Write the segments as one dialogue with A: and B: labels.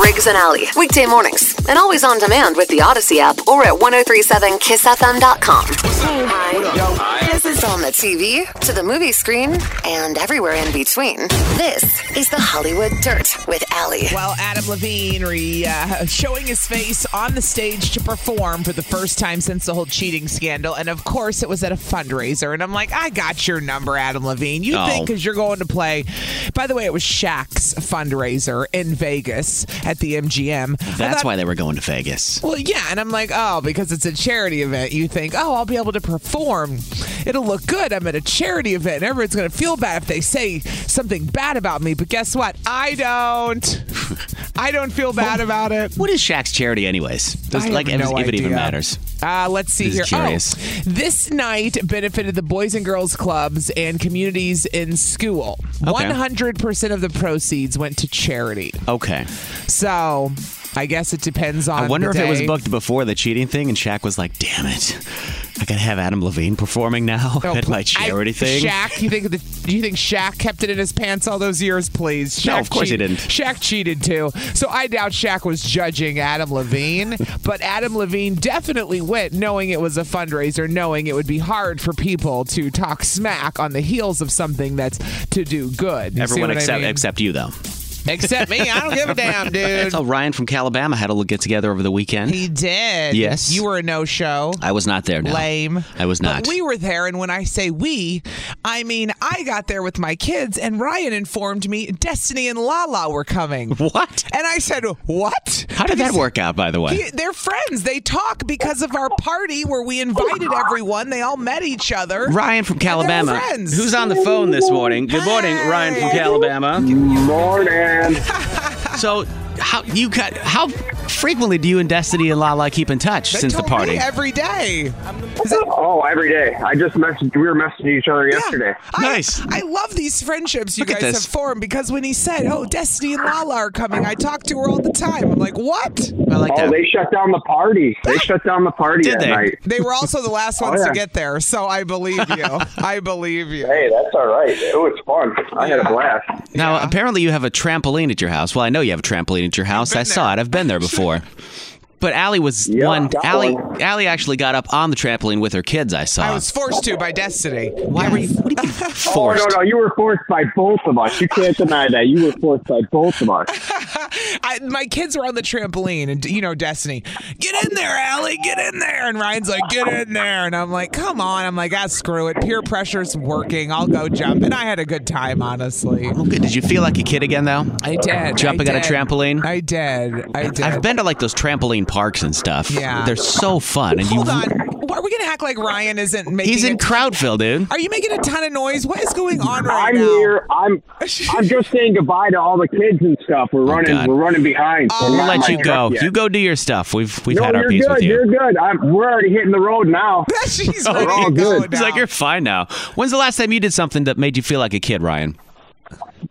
A: Riggs and Alley, weekday mornings, and always on demand with the Odyssey app or at 1037kissfm.com. Hey. Hi. This is on the TV, to the movie screen, and everywhere in between. This is the Hollywood Dirt with Alley.
B: Well, Adam Levine re, uh, showing his face on the stage to perform for the first time since the whole cheating scandal, and of course it was at a fundraiser. And I'm like, I got your number, Adam Levine. You
C: Oh.
B: think because you're going to play? By the way, it was Shaq's fundraiser in Vegas at the MGM. I
C: That's
B: thought-
C: why they were going to Vegas.
B: well, yeah, and I'm like, oh, because it's a charity event. You think, oh, I'll be able to perform. It'll look good. I'm at a charity event, and everyone's going to feel bad if they say something bad about me. But guess what? I don't. I don't feel bad about it.
C: What is Shaq's charity, anyways? Does-
B: I have
C: like, if,
B: no
C: if it even
B: idea.
C: matters.
B: Uh, let's see
C: This
B: here.
C: is curious.
B: Oh, this night benefited the Boys and Girls Clubs and communities in school.
C: Okay.
B: 100% of the proceeds went to charity.
C: Okay.
B: So I guess it depends on.
C: I wonder
B: the
C: if it was
B: day.
C: booked before the cheating thing, and Shaq was like, "Damn it, I gotta have Adam Levine performing now
B: No,
C: at my
B: pl-
C: charity
B: I,
C: thing."
B: Shaq, you think the, do you think Shaq kept it in his pants all those years? Please, Shaq
C: No, of course he
B: cheated-
C: didn't.
B: Shaq cheated too, so I doubt Shaq was judging Adam Levine. but Adam Levine definitely went, knowing it was a fundraiser, knowing it would be hard for people to talk smack on the heels of something that's to do good. You see
C: Everyone
B: what I
C: except
B: mean?
C: except you, though.
B: except me. I don't give a damn, dude.
C: So Ryan from Calabama had a little get together over the weekend.
B: He did.
C: Yes.
B: you were a no-show.
C: I was not there. No.
B: Lame.
C: I was
B: But
C: not.
B: we were there, and when I say we, I mean I got there with my kids, and Ryan informed me Destiny and Lala were coming.
C: What?
B: And I said, "What?
C: How did that work out, by the way?
B: He- they're friends. They talk because of our party where we invited everyone. They all met each other.
C: Ryan from
B: they're
C: Calabama,
B: friends.
C: who's on the phone this morning. Good morning,
B: Hi.
C: Ryan from Calabama.
D: Morning.
C: So, how you got? How frequently do you and Destiny and Lala keep in touch
B: They
C: since the
B: told me
C: party?
B: every day.
D: Oh, every day. I just messaged. We were messaging each other yesterday.
B: I-
C: Nice.
B: I, love these friendships you
C: Look at
B: guys
C: this.
B: have formed because when he said, "Oh, Destiny and Lala are coming," I talk to her all the time. I'm like, "What?"
C: I like
D: Oh,
C: that.
D: they shut down the party. They shut down the party
C: Did
D: that
C: they?
D: night.
B: They were also the last ones to
D: Oh, yeah.
B: get there, so I believe you. I believe you.
D: Hey, that's all right. It was fun. I had a blast. Oh,
C: Now, apparently, you have a trampoline at your house. Well, I know you have a trampoline at your house. I
B: been
C: saw it. I've been there before. But Allie was
D: Yeah,
C: one.
D: that
C: Allie,
D: one.
C: Allie actually got up on the trampoline with her kids. I saw.
B: I was forced to by destiny.
C: Why were you? What do you mean forced?
D: Oh no, no, you were forced by both of us. You can't deny that. You were forced by both of us.
B: I, my kids were on the trampoline, and you know, Destiny, get in there, Allie, get in there. And Ryan's like, get in there. And I'm like, come on. I'm like, ah, screw it. Peer pressure's working. I'll go jump. And I had a good time, honestly.
C: Oh, good. Did you feel like a kid again though?
B: I did.
C: Jumping
B: I
C: on a
B: did.
C: trampoline?
B: I did. I did.
C: I've been to like those trampoline parks and stuff.
B: Yeah.
C: they're so fun. And
B: Hold
C: you,
B: on. Are we going to act like Ryan isn't making
C: he's in
B: a-
C: Crowdville, dude.
B: Are you making a ton of noise? What is going on right
D: I'm
B: now?
D: here. I'm. I'm just saying goodbye to all the kids and stuff. We're running.
C: Oh, God.
D: we're running behind.
B: Oh,
D: We're
C: We'll
D: not in my
C: let you go.
D: truck yet.
C: You go do your stuff. We've we've
D: No,
C: had our
D: you're
C: piece
D: good.
C: with you. Oh,
D: You're good. I'm, we're already hitting the road now.
B: She's ready
D: all
B: to go
D: good.
B: now.
C: He's like, you're fine now. When's the last time you did something that made you feel like a kid, Ryan?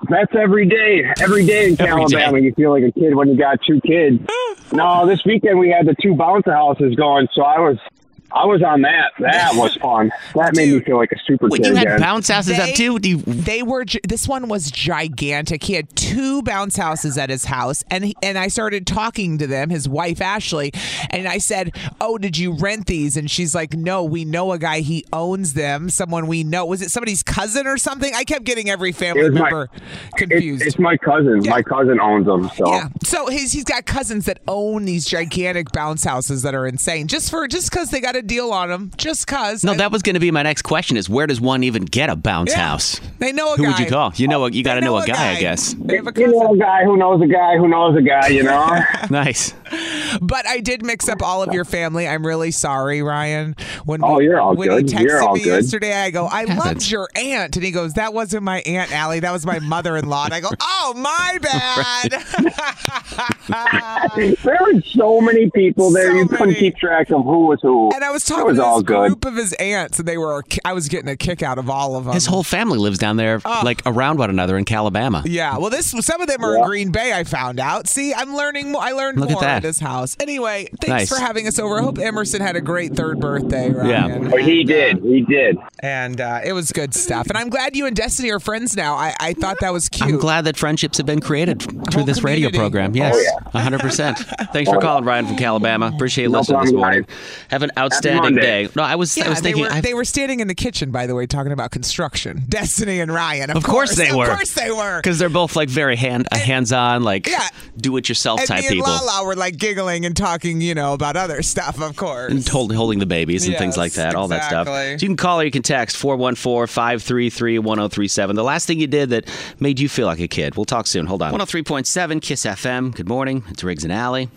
D: That's every day. Every day in
C: Every day.
D: Alabama, you feel like a kid when you got two kids. no, this weekend we had the two bouncer houses going, so I was I was on that. That was fun. That made me feel like a super
C: Wait,
D: kid
C: you had
D: again.
C: bounce houses up
B: They-
C: too? Do you,
B: They were. gi- This one was gigantic. He had two bounce houses at his house, and he, and I started talking to them, his wife Ashley, and I said, "Oh, did you rent these?" And she's like, "No, we know a guy. He owns them. Someone we know. Was it somebody's cousin or something?" I kept getting every
D: It
B: family
D: was my-
B: member confused.
D: It's, it's my cousin. My cousin owns them. So
B: yeah, so he's he's got cousins that own these gigantic bounce houses that are insane. Just for just because they got a deal on them, just because.
C: no, that was going to be my next question: Is where does one even get a bounce
B: Yeah.
C: house?
B: They know a
C: Who
B: guy.
C: would you call? You know, a- you got to
B: They
C: know, a guy, I guess.
B: They have a
D: you
B: cousin.
D: know a guy who knows a guy who knows a guy. Uh, You know.
C: Nice.
B: But I did mix up all of your family. I'm really sorry, Ryan. When
D: Oh,
B: we-
D: you're all
B: when
D: good.
B: he texted
D: You're all
B: me
D: good.
B: yesterday, I go, I
C: Happens.
B: loved your aunt, and he goes, that wasn't my aunt, Allie. That was my mother-in-law. And I go, oh, my bad.
D: there were so many people there.
B: Ah. So
D: you couldn't
B: many.
D: keep track of who was who.
B: and I was
D: It
B: talking
D: was
B: to
D: all
B: this
D: good.
B: group of his aunts, and they were. I was getting a kick out of all of them.
C: His whole family lives down there, like around one another in Calabama.
B: Oh. Yeah, well, this some of them are in Green Bay. I found out. See, I'm learning. more. I learned
C: Look at
B: more
C: that.
B: at this house. Anyway,
C: Nice.
B: thanks for having us over. I hope Emerson had a great third birthday. Ryan.
D: But Oh, he did. He did.
B: and uh, it was good stuff. And I'm glad you and Destiny are friends now. I, I thought that was cute.
C: I'm glad that friendships have been created through
B: Whole
C: this radio
B: community.
C: program.
B: Oh,
C: Yes, 100%. Thanks for calling, Ryan from Calabama. Appreciate you
D: Oh, No
C: listening this
D: problem,
C: morning.
D: guys.
C: Have an outstanding
D: Monday.
C: day. No, I was,
B: Yeah,
C: I was thinking,
B: they, were,
C: I-
B: they were standing in the kitchen, by the way, talking about construction. Destiny and Ryan. Of,
C: Of course they were.
B: Of course they were.
C: because they're both like very hand, hands-on, like
B: Yeah.
C: do-it-yourself
B: And
C: type
B: me and
C: people,
B: Lala were like giggling and talking, you know, about other stuff. Of course.
C: and hold, holding the babies and things
B: Yes,
C: like that, all that stuff.
B: exactly.
C: So you can call or you can text 414-533-1037. The last thing you did that made you feel like a kid. We'll talk soon. Hold on. 103.7 Kiss FM. Good morning. It's Riggs and Alley.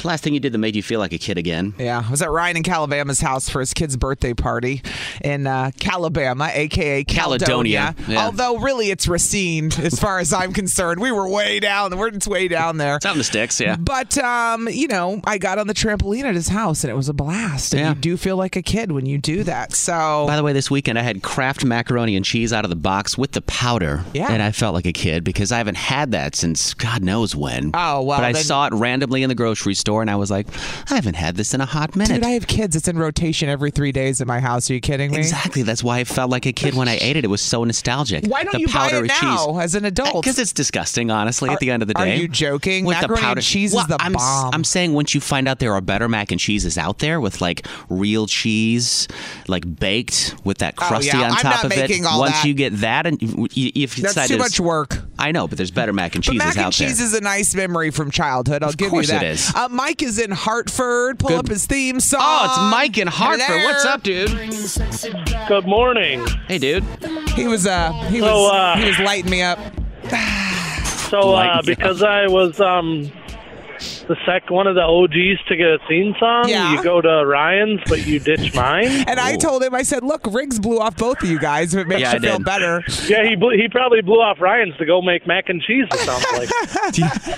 C: The last thing you did that made you feel like a kid again.
B: Yeah, I was at Ryan in Calabama's house for his kid's birthday party in uh, Calabama, aka
C: Caledonia,
B: Caledonia.
C: yeah.
B: Although really it's Racine, as far as I'm concerned. We were way down. We're it's way down there.
C: It's out in the sticks, yeah.
B: But um, you know, I got on the trampoline at his house, and it was a blast. And
C: Yeah.
B: you do feel like a kid when you do that. So
C: By the way, this weekend I had Kraft macaroni and cheese out of the box with the powder,
B: Yeah.
C: and I felt like a kid because I haven't had that since God knows when.
B: Oh, well,
C: But I
B: then-
C: saw it randomly in the grocery store, and I was like, I haven't had this in a hot minute.
B: dude, I have kids. It's in rotation every three days at my house. Are you kidding me?
C: exactly. That's why I felt like a kid when I ate it. It was so nostalgic.
B: Why don't
C: the
B: you buy
C: powder
B: it
C: with
B: now
C: cheese.
B: as an adult?
C: Because it's disgusting, honestly. at the end of the
B: are
C: day,
B: you joking?
C: With
B: Macaroni
C: the
B: and
C: powder,
B: cheese is
C: Well,
B: the
C: I'm,
B: bomb.
C: I'm saying once you find out there are better mac and cheeses out there with like real cheese, like baked with that crusty
B: Oh, yeah.
C: on
B: I'm
C: top
B: not
C: of it.
B: making all
C: once
B: that.
C: you get that, and you- you- if you
B: That's
C: decide
B: too
C: to-
B: much work.
C: I know, but there's better mac and
B: But
C: cheeses
B: mac
C: out
B: and cheese
C: there.
B: is a nice memory from childhood. I'll give
C: course
B: you that.
C: it is.
B: Uh, Mike is in Hartford. Pull
C: Good-
B: up his theme song.
C: Oh, it's Mike in Hartford.
B: Hello.
C: What's up, dude?
E: Good morning.
C: Hey, dude.
B: He was uh, he was
E: So, uh,
B: he was lighting me up.
E: So uh,
C: Lights
E: because I was um, the sec one of the OGs to get a scene song,
B: Yeah.
E: you go to Ryan's, but you ditch mine.
B: And I told him, I said, "Look, Riggs blew off both of you guys. If it makes
C: Yeah, I
B: you feel
C: did.
B: better."
E: yeah, he blew, he probably blew off Ryan's to go make mac and cheese. It sounds like.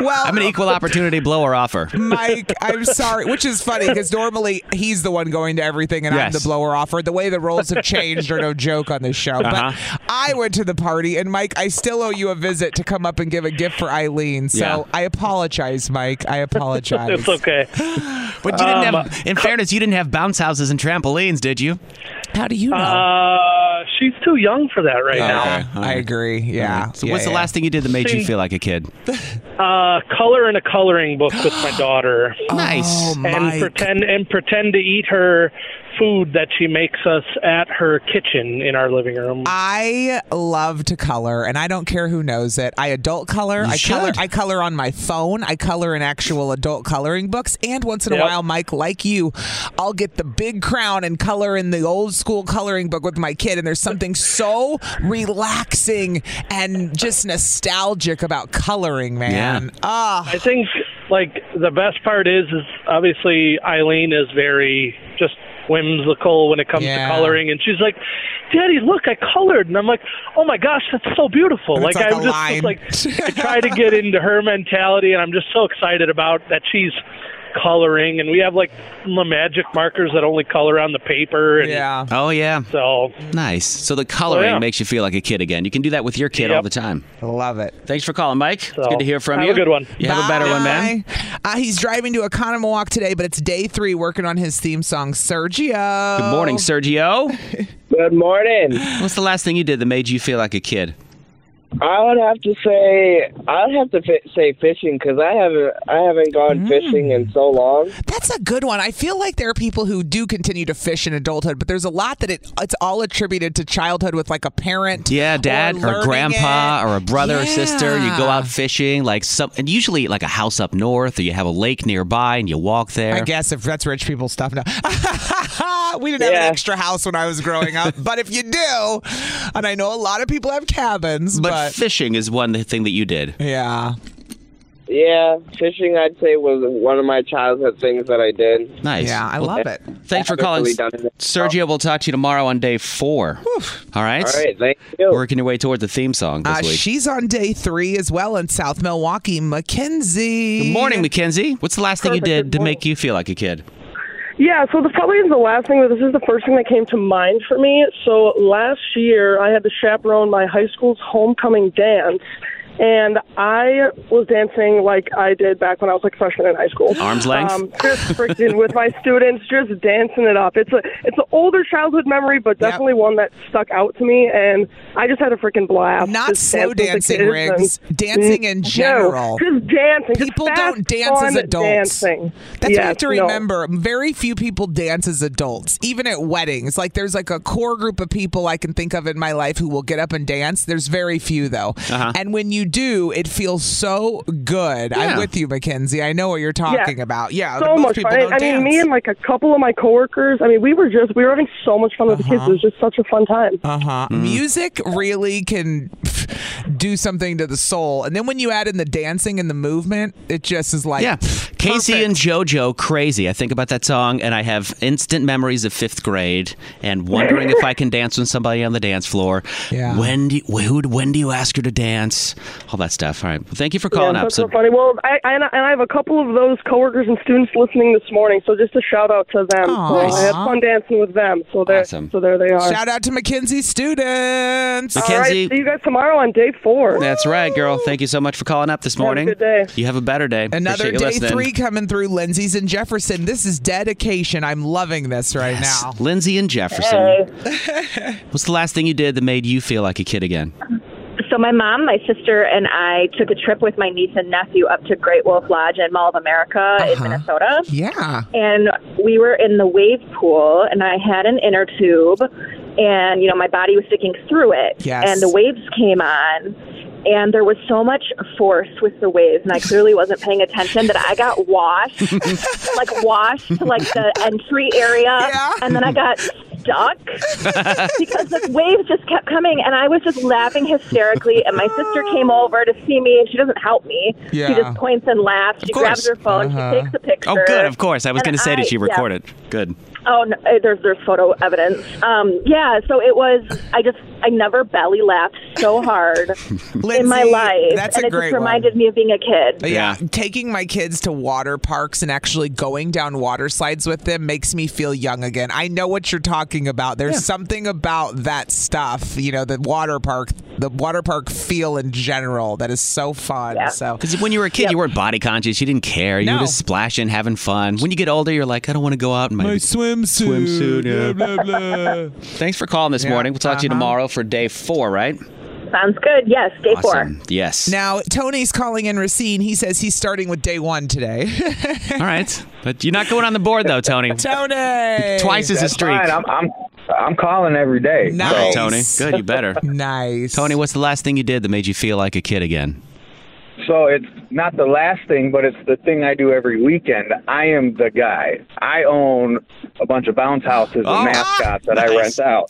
B: Well,
C: I'm an equal opportunity blower offer.
B: Mike, I'm sorry, which is funny because normally he's the one going to everything and I'm
C: Yes.
B: the blower offer. The way the roles have changed are no joke on this show.
C: Uh-huh.
B: But I went to the party and Mike, I still owe you a visit to come up and give a gift for Eileen. So
C: Yeah.
B: I apologize, Mike. I apologize.
E: It's okay. Um,
C: But you didn't have, in fairness, you didn't have bounce houses and trampolines, did you?
B: How do you know?
E: Uh, she's too young for that
C: Oh,
E: right
B: Yeah,
C: all
B: I
C: right.
B: agree. Yeah.
C: So
B: Yeah,
C: what's the
B: yeah.
C: last thing you did that made you
E: See-
C: feel like a kid?
E: now. Uh, color in a coloring book with my daughter,
C: Nice.
B: Oh,
E: and
B: Mike.
E: pretend and pretend to eat her food that she makes us at her kitchen in our living room.
B: I love to color, and I don't care who knows it. I adult color. I color.
C: should.
B: I color on my phone. I color in actual adult coloring books, and once in a
E: Yep.
B: while, Mike, like you, I'll get the big crown and color in the old school coloring book with my kid. And there's something so relaxing and just nostalgic about coloring, man. Ah,
E: I think like the best part is is obviously Eileen is very just whimsical when it comes
B: Yeah.
E: to coloring and she's like daddy look i colored and i'm like oh my gosh that's so beautiful
B: And it's like
E: i'm
B: a
E: just
B: line.
E: like i try to get into her mentality and i'm just so excited about that she's coloring, and we have like the magic markers that only color on the paper. And yeah.
C: Oh yeah.
E: So
C: nice. So the coloring
E: Oh, yeah.
C: makes you feel like a kid again. You can do that with your kid all the time.
B: Love it.
C: Thanks for calling, Mike. it's good to hear from
E: have
C: you.
E: a good one.
C: You have a better one, man.
B: Uh, he's driving to Economowalk today, but it's day three working on his theme song, Sergio.
C: Good morning, Sergio.
F: Good morning.
C: What's the last thing you did that made you feel like a kid?
F: I would have to say I would have to fi- say fishing because I haven't I haven't gone fishing in so long.
B: That's a good one. I feel like there are people who do continue to fish in adulthood, but there's a lot that it, it's all attributed to childhood with like a parent.
C: Yeah, dad or,
B: learning
C: grandpa or a brother or sister. You go
B: Yeah.
C: out fishing, like some, and usually like a house up north, or you have a lake nearby, and you walk there.
B: I guess if that's rich people stuff now. we didn't have an extra house when I was growing up, but if you do, and I know a lot of people have cabins,
C: But,
B: but,
C: fishing is one thing that you did.
B: Yeah.
F: Yeah, fishing I'd say was one of my childhood things that I did.
C: Nice. Well, Thanks for
F: Haven't
C: calling,
F: really done it.
C: Sergio. We'll talk to you tomorrow on day four. All right.
F: All right,
C: Thank you. Working your way toward the theme song this
B: Uh,
C: week.
B: she's on day three as well in South Milwaukee. Mackenzie.
C: Good morning, Mackenzie. What's the last thing you did to make you feel like a kid?
G: Yeah, so this probably isn't the last thing, but this is the first thing that came to mind for me. So last year, I had to chaperone my high school's homecoming dance, and I was dancing like I did back when I was like a freshman in high school.
H: Arms length?
G: Um, just freaking with my students, just dancing it up. It's a it's an older childhood memory, but definitely one that stuck out to me, and I just had a freaking blast.
B: Not
G: just
B: slow
G: dancing, with the
B: dancing,
G: kids
B: Riggs. Dancing in
G: No,
B: general.
G: just dancing. just
B: People
G: fast,
B: don't dance as
G: fun
B: adults.
G: Dancing.
B: That's what you
G: Yes,
B: have to
G: no.
B: remember. Very few people dance as adults, even at weddings. Like there's like a core group of people I can think of in my life who will get up and dance. There's very few though.
C: Uh-huh.
B: And when you do, it feels so good.
G: Yeah.
B: I'm with you, Mackenzie. I know what you're talking about. Yeah,
G: so
B: most
G: much
B: people
G: fun.
B: don't
G: I
B: dance.
G: mean, me and like a couple of my coworkers. I mean, we were just we were having so much fun with the
B: Uh-huh.
G: kids. It was just such a fun time.
B: Uh huh.
C: Mm-hmm.
B: Music really can pff, do something to the soul. And then when you add in the dancing and the movement, it just is like
C: Yeah. Casey and JoJo, crazy. I think about that song, and I have instant memories of fifth grade and wondering if I can dance with somebody on the dance floor.
B: Yeah.
C: When do you, who, when do you ask her to dance? All that stuff. All right. Well, thank you for calling
G: yeah,
C: up.
G: That's so funny. Well, I, I and I have a couple of those coworkers and students listening this morning. So just a shout out to them.
B: Aw.
G: So I had fun dancing with them. So there,
C: Awesome.
G: so there they are.
B: Shout out to Mackenzie students.
G: All right,
C: Mackenzie-
G: see you guys tomorrow on day four.
C: That's right, girl. Thank you so much for calling up this
G: Have a
C: morning.
G: good day.
C: You have a better day.
B: Another
C: Appreciate you
B: day
C: listening.
B: three coming through Lindsay's and Jefferson. This is dedication. I'm loving this right
C: Yes.
B: now.
C: Lindsay and Jefferson. What's the last thing you did that made you feel like a kid again?
I: So my mom, my sister, and I took a trip with my niece and nephew up to Great Wolf Lodge and Mall of America in
B: Uh-huh.
I: Minnesota.
B: Yeah.
I: And we were in the wave pool, and I had an inner tube, and you know my body was sticking through it.
J: Yes.
I: And the waves came on, and there was so much force with the waves, and I clearly wasn't paying attention that I got washed, like washed to like the entry area, and then I got stuck because the waves just kept coming, and I was just laughing hysterically. And my sister came over to see me, and she doesn't help me.
C: Yeah.
I: She just points and laughs. She
C: course.
I: grabs her phone.
C: Uh-huh.
I: She takes a picture.
C: Oh, good. Of course. I was
I: And
C: going to say, did she
I: yeah.
C: record it? Good.
I: Oh, no, uh, there's there's photo evidence. Um, yeah. So it was. I just I never belly laughed so hard in my
B: Lindsay,
I: life,
B: that's a
I: and it
B: great
I: just
B: one.
I: reminded me of being a kid.
B: Yeah. Taking my kids to water parks and actually going down water slides with them makes me feel young again. I know what you're talking about. There's something about that stuff, you know, the water park, the water park feel in general that is so fun. So
C: Because when you were a kid, you weren't body conscious. You didn't care. You were just splashing, having fun. When you get older, you're like, I don't want to go out in my, swimsuit. yeah. Thanks for calling this
B: Yeah,
C: morning. We'll talk to you
B: uh-huh.
C: tomorrow for day four, right?
I: Sounds good. Yes. Day four.
C: Awesome. Yes.
B: Now, Tony's calling in Racine. He says he's starting with day one today.
C: All right. But you're not going on the board, though, Tony.
B: Tony!
C: Twice as a
B: That's
C: streak.
B: fine.
D: I'm, I'm, I'm calling every day.
C: All right, Tony. Good. You better.
B: nice.
C: Tony, what's the last thing you did that made you feel like a kid again?
D: So it's not the last thing, but it's the thing I do every weekend. I am the guy. I own a bunch of bounce houses
B: Oh,
D: and mascots that I rent out.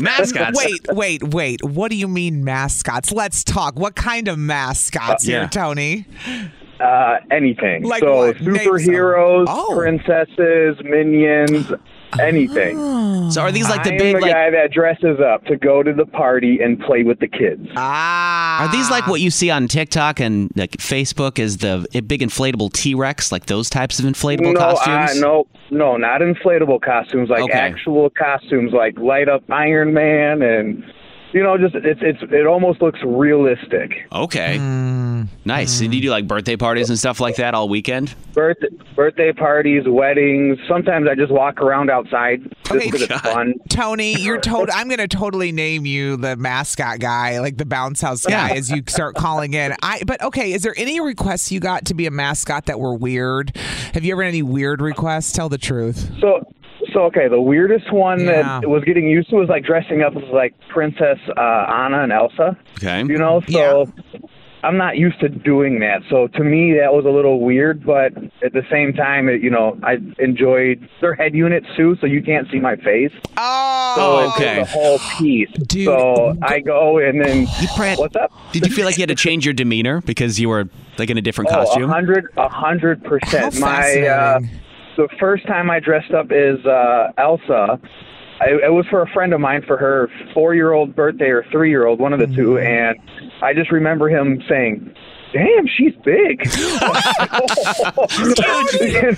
B: wait, wait, wait. What do you mean mascots? Let's talk. What kind of mascots
D: Uh, yeah.
B: here, Tony?
D: Uh, anything.
B: Like
D: so
B: what? Name some.
D: superheroes,
B: Oh.
D: princesses, minions, anything.
C: So are these like the
D: I am
C: big,
D: the
C: like-
D: guy that dresses up to go to the party and play with the kids?
C: Are these like what you see on TikTok and like Facebook as the big inflatable T Rex, like those types of inflatable
D: no,
C: costumes?
D: Uh, no, no, not inflatable costumes, like
C: Okay.
D: actual costumes, like light up Iron Man, and you know, just it's it's it almost looks realistic.
C: Okay. Nice. And you do like birthday parties and stuff like that all weekend?
D: Birth, birthday parties, weddings. Sometimes I just walk around outside just
B: Okay,
D: 'cause it's fun.
B: Tony, you're told I'm going to totally name you the mascot guy, like the bounce house guy, as you start calling in. I but okay, is there any requests you got to be a mascot that were weird? Have you ever had any weird requests? Tell the truth.
D: So, so okay. The weirdest one
B: Yeah.
D: that was getting used to was like dressing up as like Princess uh, Anna and Elsa.
C: Okay.
D: You know, so I'm not used to doing that. So to me, that was a little weird. But at the same time, it, you know, I enjoyed their head units too, so you can't see my face.
B: Oh,
D: so okay. The whole piece. Dude, so I go and then what's up?
C: Did you feel like you had to change your demeanor because you were like in a different
D: Oh, A
C: costume?
D: hundred, a hundred percent.
C: How
D: My uh, the first time I dressed up as uh, Elsa, I, it was for a friend of mine for her four-year-old birthday or three-year-old, one of the two,
C: Mm-hmm.
D: and I just remember him saying. Damn, she's big. you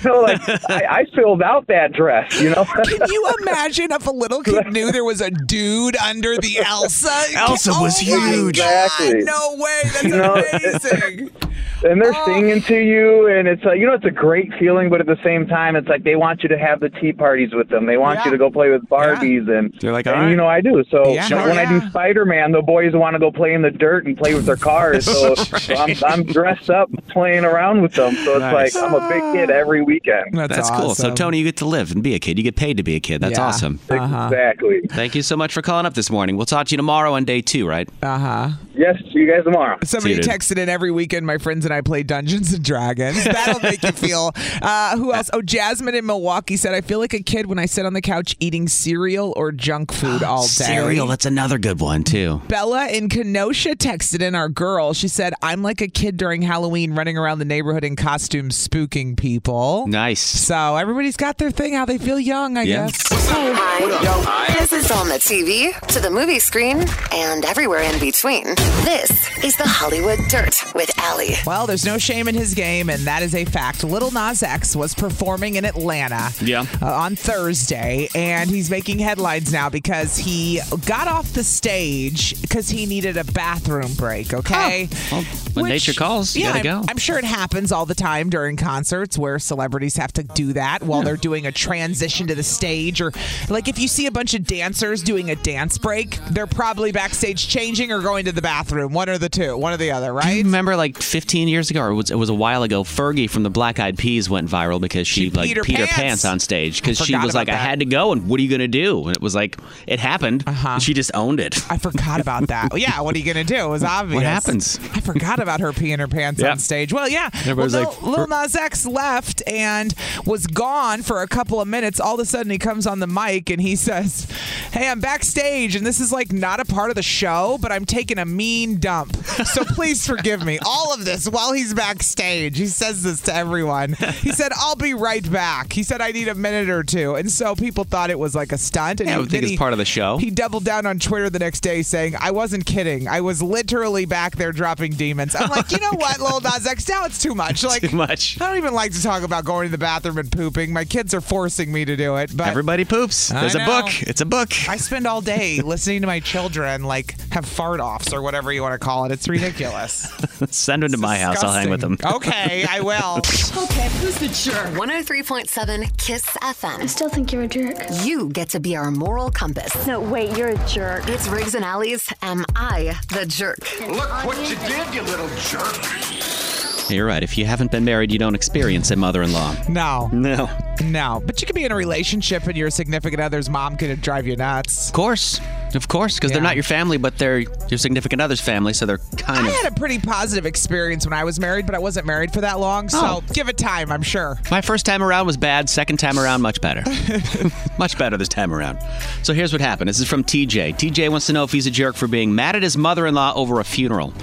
D: know, like I, I filled out that dress. You know,
B: Can you imagine if a little kid knew there was a dude under the Elsa?
D: Elsa
B: Oh
D: was
B: my
D: huge.
B: God,
D: Exactly.
B: no way. That's
D: You know,
B: amazing. Oh.
D: and they're singing to you, and it's like you know, it's a great feeling, but at the same time, it's like they want you to have the tea parties with them. They want you to go play with Barbies, and
C: they're like,
D: and
C: "All right."
D: you know, I do. So but
C: Yeah. Sure,
D: when I do Spider Man, the boys want to go play in the dirt and play with their cars. So, so I'm, I'm dressed up playing around with them. So it's
C: Nice.
D: like I'm a big kid every weekend.
C: cool. So Tony, you get to live and be a kid. You get paid to be a kid. That's
D: Yeah.
C: awesome.
B: Uh-huh.
D: Exactly.
C: Thank you so much for calling up this morning. We'll talk to you tomorrow on day two, right?
B: Uh huh.
D: Yes. See you guys tomorrow.
B: Somebody
C: See you, dude.
B: texted in every weekend. My friends and I play Dungeons and Dragons. That'll make you feel. Uh, who else? Oh, Jasmine in Milwaukee said, "I feel like a kid when I sit on the couch eating cereal or junk food all day."
C: Cereal. That's another good one too.
B: Bella in Kenosha texted in our girl. She said, "I'm like a kid during Halloween, running around the neighborhood in costumes, spooking people."
C: Nice.
B: So everybody's got their thing, how they feel young, I
C: Yeah.
B: guess.
A: This is on the TV, to the movie screen, and everywhere in between. This is the Hollywood Dirt with Allie.
B: Well, there's no shame in his game, and that is a fact. Little Nas X was performing in Atlanta
C: Yeah.
B: uh, on Thursday, and he's making headlines now because he got off the stage because he needed a bathroom break, okay?
C: Ah, when nature calls, you
B: yeah,
C: gotta
B: I'm-
C: go.
B: I'm sure it happens all the time during concerts where celebrities have to do that while they're doing a transition to the stage, or like if you see a bunch of dancers doing a dance break, they're probably backstage changing or going to the bathroom. One or the two, one or the other, right?
C: Do you remember like 15 years ago, or it was, it was a while ago, Fergie from the Black Eyed Peas went viral because she, like
B: peed her
C: peed her
B: pants.
C: pants on stage because
B: I
C: she
B: forgot
C: was like,
B: about
C: I
B: that.
C: had to go, and what are you going to do? And it was like, it happened.
B: Uh-huh.
C: and She just owned it.
B: I forgot about that. Well, yeah, what are you gonna do? It was obvious.
C: happens?
B: I forgot about her peeing her pants
C: Yeah.
B: on stage. Well, yeah.
C: Everybody's
B: well,
C: like, er
B: Lil, Lil Nas X left and was gone for a couple of minutes. All of a sudden, he comes on the mic and he says, "Hey, I'm backstage, and this is like not a part of the show, but I'm taking a mean dump. So please forgive me." All of this while he's backstage, he says this to everyone. He said, "I'll be right back." He said, "I need a minute or two. and so people thought it was like a stunt. And
C: Yeah, I would
B: then
C: think it's
B: he-
C: part of the show.
B: he doubled down on Twitter the next day saying, I wasn't kidding. I was literally back there dropping demons. I'm like, you know what, Lil Nas X, now it's too much. Like,
C: Too much.
B: I don't even like to talk about going to the bathroom and pooping. My kids are forcing me to do it. But
C: Everybody poops.
B: I
C: There's a
B: know.
C: book. It's a book.
B: I spend all day listening to my children like have fart offs or whatever you want to call it. It's ridiculous.
C: Send them to my house. I'll hang with them.
B: Okay, I will.
A: Okay, who's the jerk? 103.7 Kiss FM. I still think you're a jerk. You get to be our moral compass. No, wait, you're a jerk. It's Riggs and Allies. Am I the jerk?
H: Look what you did, you little jerk.
C: You're right. If you haven't been married, you don't experience a mother-in-law.
B: No.
C: No.
B: No. But you can be in a relationship and your significant other's mom could drive you nuts.
C: Of course. Of course, because they're
B: Yeah.
C: not your family, but they're your significant other's family, so they're kind
B: I
C: of.
B: had a pretty positive experience when I was married, but I wasn't married for that long, so
C: Oh.
B: give it time, I'm sure.
C: My first time around was bad. Second time around, much better. much better this time around. So here's what happened. This is from TJ. TJ wants to know if he's a jerk for being mad at his
B: Mm-hmm.
C: mother in law over a funeral,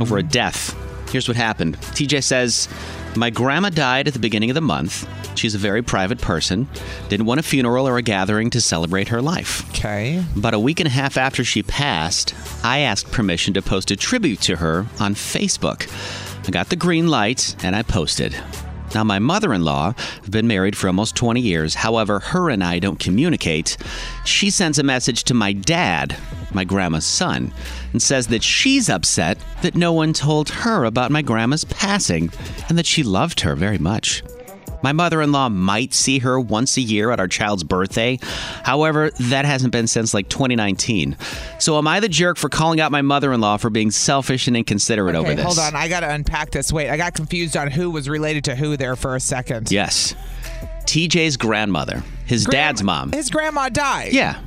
C: over a death. Here's what happened. TJ says, My grandma died at the beginning of the month. She's a very private person. Didn't want a funeral or a gathering to celebrate her life.
B: Okay.
C: But a week and a half after she passed, I asked permission to post a tribute to her on Facebook. I got the green light and I posted. Now, my mother in law have been married for almost 20 years. However, her and I don't communicate. She sends a message to my dad, my grandma's son, and says that she's upset that no one told her about my grandma's passing and that she loved her very much. My mother in law might see her once a year at our child's birthday. However, that hasn't been since like 2019. So, am I the jerk for calling out my mother in law for being selfish and inconsiderate over
B: Okay,
C: this?
B: hold on. I got to unpack this. Wait, I got confused on who was related to who there for a second.
C: Yes. TJ's grandmother, his dad's mom.
B: His grandma died.
C: Yeah.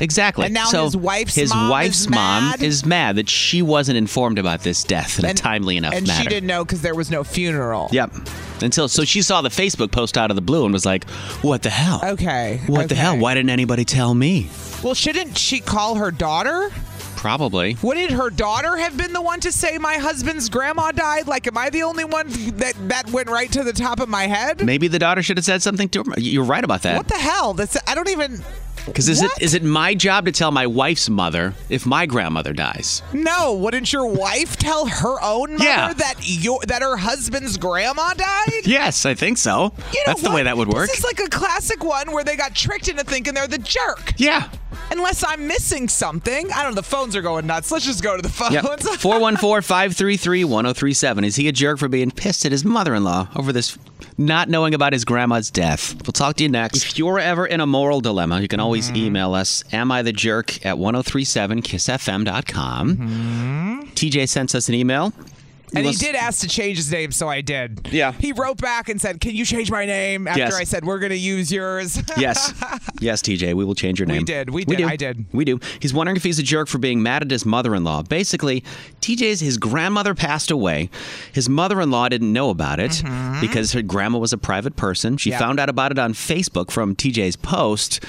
C: Exactly.
B: And now
C: so
B: his wife's
C: his
B: mom
C: wife's
B: is
C: mom
B: mad?
C: is mad that she wasn't informed about this death in a timely enough
B: And
C: manner.
B: she didn't know because there was no funeral.
C: Yep. Until so she saw the Facebook post out of the blue and was like, "What the hell?
B: Okay.
C: What the
B: okay.
C: hell? Why didn't anybody tell me?"
B: Well, shouldn't she call her daughter?
C: Probably.
B: Wouldn't her daughter have been the one to say my husband's grandma died? Like, am I the only one that that went right to the top of my head?
C: Maybe the daughter should have said something to her. You're right about that.
B: What the hell? That's I don't even.
C: Because is it is it my job to tell my wife's mother if my grandmother dies?
B: No, wouldn't your wife tell her own mother
C: Yeah.
B: that your that her husband's grandma died?
C: Yes, I think so.
B: You know
C: That's the
B: what?
C: way that would work.
B: This is like a classic one where they got tricked into thinking they're the jerk.
C: Yeah.
B: Unless I'm missing something. I don't know. The phones are going nuts. Let's just go to the phones.
C: Yep. 414-533-1037. Is he a jerk for being pissed at his mother-in-law over this not knowing about his grandma's death? We'll talk to you next. Mm-hmm. If you're ever in a moral dilemma, you can always email us am I the jerk at 1037kissfm.com. TJ sent us an email.
B: And he
C: wants-
B: did ask to change his name, so I did.
C: Yeah.
B: He wrote back and said, Can you change my name? After
C: Yes.
B: I said, We're going to use yours.
C: yes. Yes, TJ, we will change your name.
B: did. We did.
C: do.
B: I did.
C: We do. He's wondering if he's a jerk for being mad at his mother in law. Basically, TJ's his grandmother passed away. His mother in law didn't know about it
B: Mm-hmm.
C: because her grandma was a private person. She
J: Yeah.
C: found out about it on Facebook from TJ's post.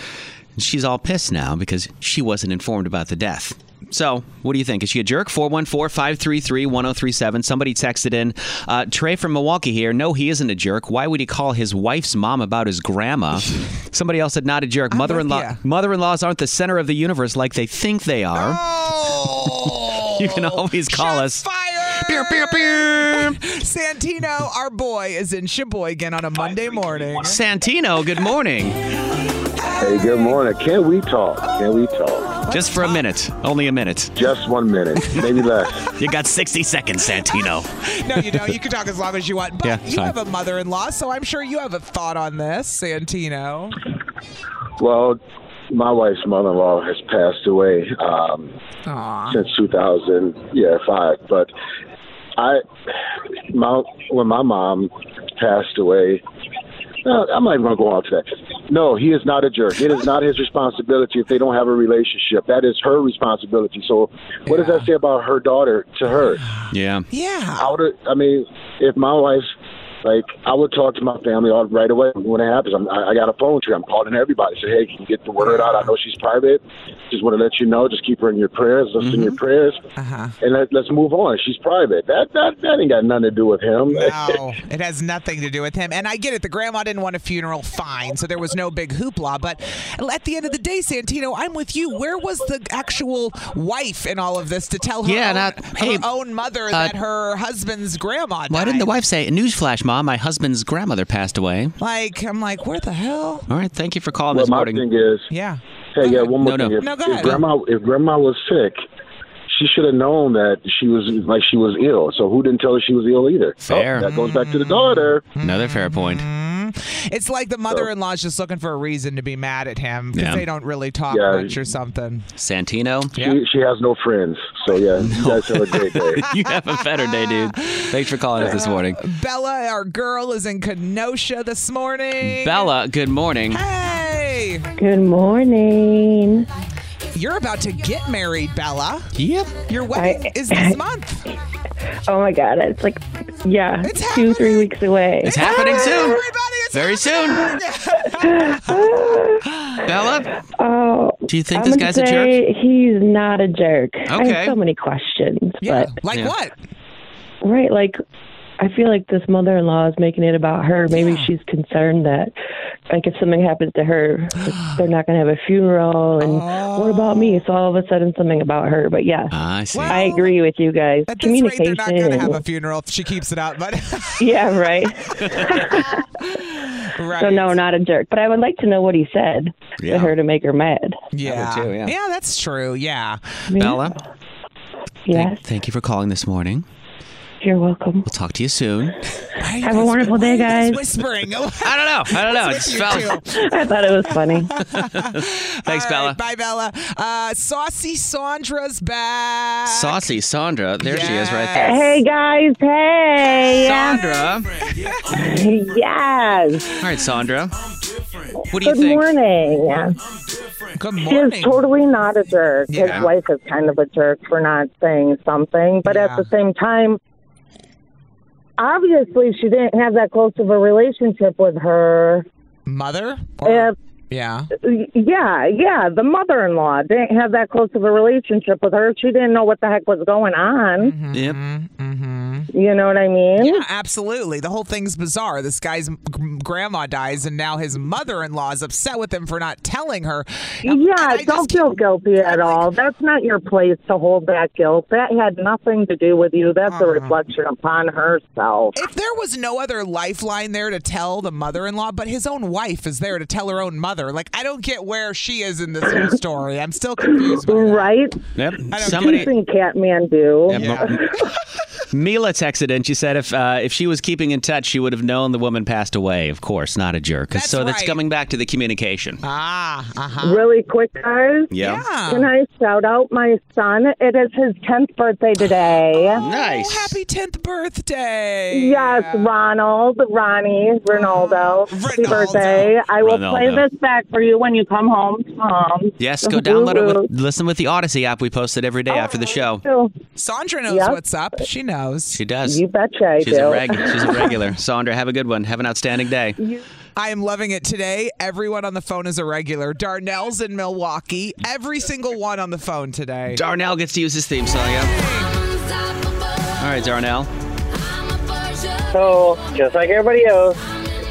C: And She's all pissed now because she wasn't informed about the death. So, what do you think? Is she a jerk? 414 533 1037. Somebody texted in. Uh, Trey from Milwaukee here. No, he isn't a jerk. Why would he call his wife's mom about his grandma? Somebody else said, not a jerk. Mother in law. Mother in laws aren't the center of the universe like they think they are. you can always call us.
B: Santino, our boy, is in Sheboygan on a Monday morning.
C: Santino, good morning.
K: Hey, good morning. Can we talk? Can we talk?
C: Just for a minute. Only a minute.
K: Just one minute, maybe less.
C: You got 60 seconds, Santino.
B: No, you don't. You can talk as long as you want. But
C: Yeah,
B: you
C: fine.
B: have a mother in law, so I'm sure you have a thought on this, Santino.
K: Well, my wife's mother-in-law has passed away um,
B: Uh-huh.
K: since 2000, yeah, five. But I, my when my mom passed away, uh, I'm not even gonna go on to that. No, he is not a jerk. It is not his responsibility if they don't have a relationship. That is her responsibility. So, what does that say about her daughter to her?
C: Yeah.
B: Yeah.
K: I would. I mean, if my wife, like, I would talk to my family all right away when it happens. I'm, I I got a phone tree. I'm calling everybody. Say, hey, can you get the word out? I know she's private. Just want to let you know. Just keep her in your prayers. Listen in
C: Mm-hmm.
K: your prayers,
C: Uh-huh.
K: and let, let's move on. She's private. That that that ain't got nothing to do with him.
B: No, it has nothing to do with him. And I get it. The grandma didn't want a funeral, fine. So there was no big hoopla. But at the end of the day, Santino, I'm with you. Where was the actual wife in all of this to tell her,
C: Yeah,
B: own,
C: not-
B: her
C: hey,
B: own mother that her husband's grandma died?
C: uh, Why didn't the wife say, Newsflash, Mom, my husband's grandmother passed away?
B: Like, I'm like, where the hell?
C: All right, thank you for calling
K: Well,
C: this
K: my
C: morning.
K: thing is,
B: yeah.
K: Hey, yeah, one more
C: No, no.
K: thing. If,
C: No, go
K: if
C: ahead.
K: grandma if grandma was sick, she should have known that she was like she was ill. So who didn't tell her she was ill either? Oh,
C: Fair. Mm.
K: that goes back to the daughter.
C: Another fair point.
B: It's like the mother in law's just looking for a reason to be mad at him because
C: Yeah.
B: they don't really talk
K: Yeah.
B: much or something.
C: Santino.
K: She, she has no friends. So yeah, you guys have a great day.
C: you have a better day, dude. Thanks for calling us this morning.
B: Bella, our girl, is in Kenosha this morning.
C: Bella, good morning.
B: Hey!
L: Good morning.
B: You're about to get married, Bella.
C: Yep.
B: Your wedding
L: I-
B: is this month.
L: Oh my God. It's like, yeah, two, three weeks away.
C: It's happening soon. Very soon. Bella?
L: Oh,
C: Do you think
L: I'm
C: this
L: gonna
C: guy's a jerk?
L: say He's not a jerk. I
C: Okay.
L: have so many questions.
C: Yeah.
L: But,
C: Like Yeah. what?
L: Right. Like, I feel like this mother-in-law is making it about her. Maybe she's concerned that, like, if something happens to her, they're not going to have a funeral. And what about me? It's all of a sudden something about her. But yes,
C: I see.
L: I agree with you guys. Communication.
B: Not going to have a
L: and-
B: funeral if she keeps it up, but
L: yeah, right. So no, not a jerk. But I would like to know what he said
B: Yeah.
L: to her to make her mad.
B: yeah.
C: too, yeah.
B: that's true. Yeah.
C: Bella,
L: Yes,
C: thank you for calling this morning.
L: you're welcome.
C: We'll talk to you soon.
L: Have a wonderful day, guys.
B: Whispering.
C: I don't know. I don't know. It
B: What's
C: just
B: with you
C: felt.
B: two?
L: I thought it was funny.
C: Thanks, Bella.
B: Bye, Bella. Uh, Saucy Sandra's back.
C: Saucy Sandra. There she is right there.
L: Hey guys, hey.
C: Sandra.
L: Yes.
C: All right, Sandra. What do you
L: Good
C: think?
L: morning.
B: Good
L: She's totally not a jerk.
C: Yeah.
L: His wife is kind of a jerk for not saying something, but at the same time, obviously she didn't have that close of a relationship with her.
B: Mother?
L: If,
B: Yeah.
L: Uh, yeah, yeah, the mother-in-law didn't have that close of a relationship with her. She didn't know what the heck was going on.
C: Yep.
L: You know what I mean?
B: Mm-hmm. Yeah, absolutely. The whole thing's bizarre. This guy's m- g- grandma dies, and now his mother-in-law is upset with him for not telling her.
L: Yeah, don't feel guilty at all. That's not your place to hold that guilt. That had nothing to do with you. That's a
C: Uh-huh.
L: reflection upon herself.
B: If there was no other lifeline there to tell the mother-in-law, but his own wife is there to tell her own mother. Like, I don't get where she is in this whole story. I'm still confused.
L: Right?
C: Yep. Somebody.
L: Keeping Kathmandu.
C: Mila texted in. She said if uh, if she was keeping in touch, she would have known the woman passed away. Of course, not a jerk. so that's coming back to the communication.
B: Ah,
L: Really quick, guys.
C: uh-huh. Yeah. Yeah.
L: Can I shout out my son? It is his 10th birthday today.
C: Oh, nice.
B: Oh, Happy 10th birthday.
L: Yes, Ronald, Ronnie, Ronaldo. Happy birthday. I will play
C: Ronaldo.
L: this back for you when you come home. Um,
C: Yes, go download it. With, listen with the Odyssey app we posted every day after the show.
B: Sandra knows
L: Yep.
B: what's up. She knows.
C: She does.
L: You betcha I
C: she's
L: do.
C: a reg- she's a regular. Sandra, have a good one. Have an outstanding day.
B: I am loving it today. Everyone on the phone is a regular. Darnell's in Milwaukee. Every single one on the phone today.
C: Darnell gets to use his theme song. Yeah. All right, Darnell.
F: So, just like everybody else,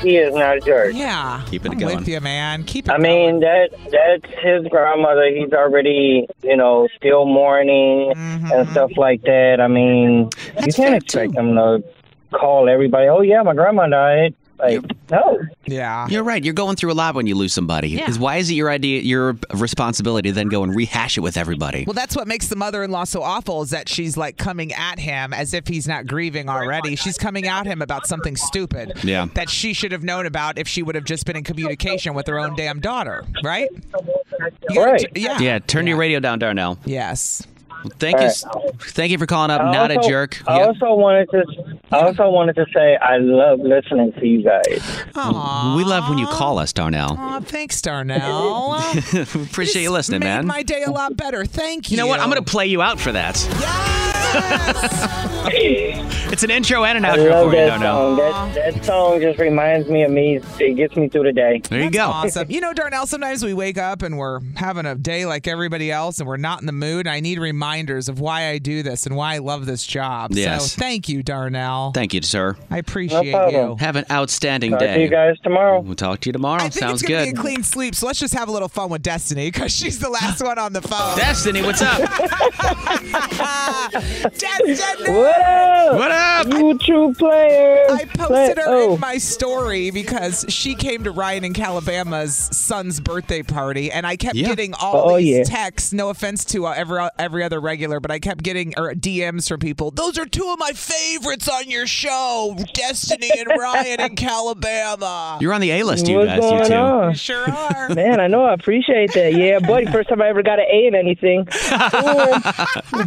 F: he is not a jerk.
B: Yeah.
C: Keep it
B: I'm
C: going.
B: with you, man. Keep it.
F: I mean that that's his grandmother. He's already, you know, still mourning
B: Mm-hmm.
F: and stuff like that. I mean, you can't expect him to call everybody. Oh yeah, my grandma died. Like no,
B: Yeah.
C: You're right. You're going through a lot when you lose somebody.
B: Yeah.
C: 'Cause Why is it your idea, your responsibility to then go and rehash it with everybody?
B: Well, that's what makes the mother-in-law so awful is that she's like coming at him as if he's not grieving already. She's coming at him about something stupid.
C: Yeah.
B: That she should have known about if she would have just been in communication with her own damn daughter, right? You gotta
C: Right.
B: ju- yeah.
C: Yeah. Turn your radio down, Darnell.
B: Yes.
C: thank you.
F: All
C: Thank you for calling up.
F: I
C: Not a
F: also-
C: jerk.
F: I
C: Yep.
F: also wanted to. I also wanted to say I love listening to you guys.
C: We love when you call us, Darnell.
B: Aw, thanks, Darnell.
C: Appreciate you listening, man.
B: My day a lot better. Thank you.
C: You know what? I'm going to play you out for that. it's an intro and an
F: I
C: outro
F: love
C: for you,
F: that
C: Darnell.
F: song. That, that song just reminds me of me. It gets me through the day.
C: There you go.
B: Awesome. You know, Darnell, sometimes we wake up and we're having a day like everybody else and we're not in the mood. I need reminders of why I do this and why I love this job.
C: Yes.
B: So thank you, Darnell.
C: Thank you, sir.
B: I appreciate you.
C: Have an outstanding
B: Talk to
C: day.
B: you
F: guys tomorrow.
C: We'll talk to you tomorrow.
B: I think
C: Sounds
B: it's gonna
C: good.
B: be a clean sleep, so let's just have a little fun with Destiny because she's the last one on the phone.
C: Destiny, what's up?
B: Destiny!
F: What up?
C: What up?
F: You true Oh. player.
B: I posted her in my story because she came to Ryan and Calabama's son's birthday party, and I kept
F: Yeah.
B: getting all
F: Oh,
B: these
F: yeah.
B: texts. No offense to uh, every every other regular, but I kept getting or DMs from people. Those are two of my favorites on your show, Destiny and Ryan and Calabama.
C: You're on the A list, you
F: What's
C: guys,
F: going
C: you two.
F: on?
B: Sure are.
F: Man, I know. I appreciate that. Yeah, buddy. First time I ever got an A in anything. Boom.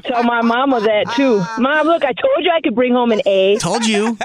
F: Tell my mama that too.
B: Ah.
F: Mom, look, I told you I could bring home an A.
C: Told you.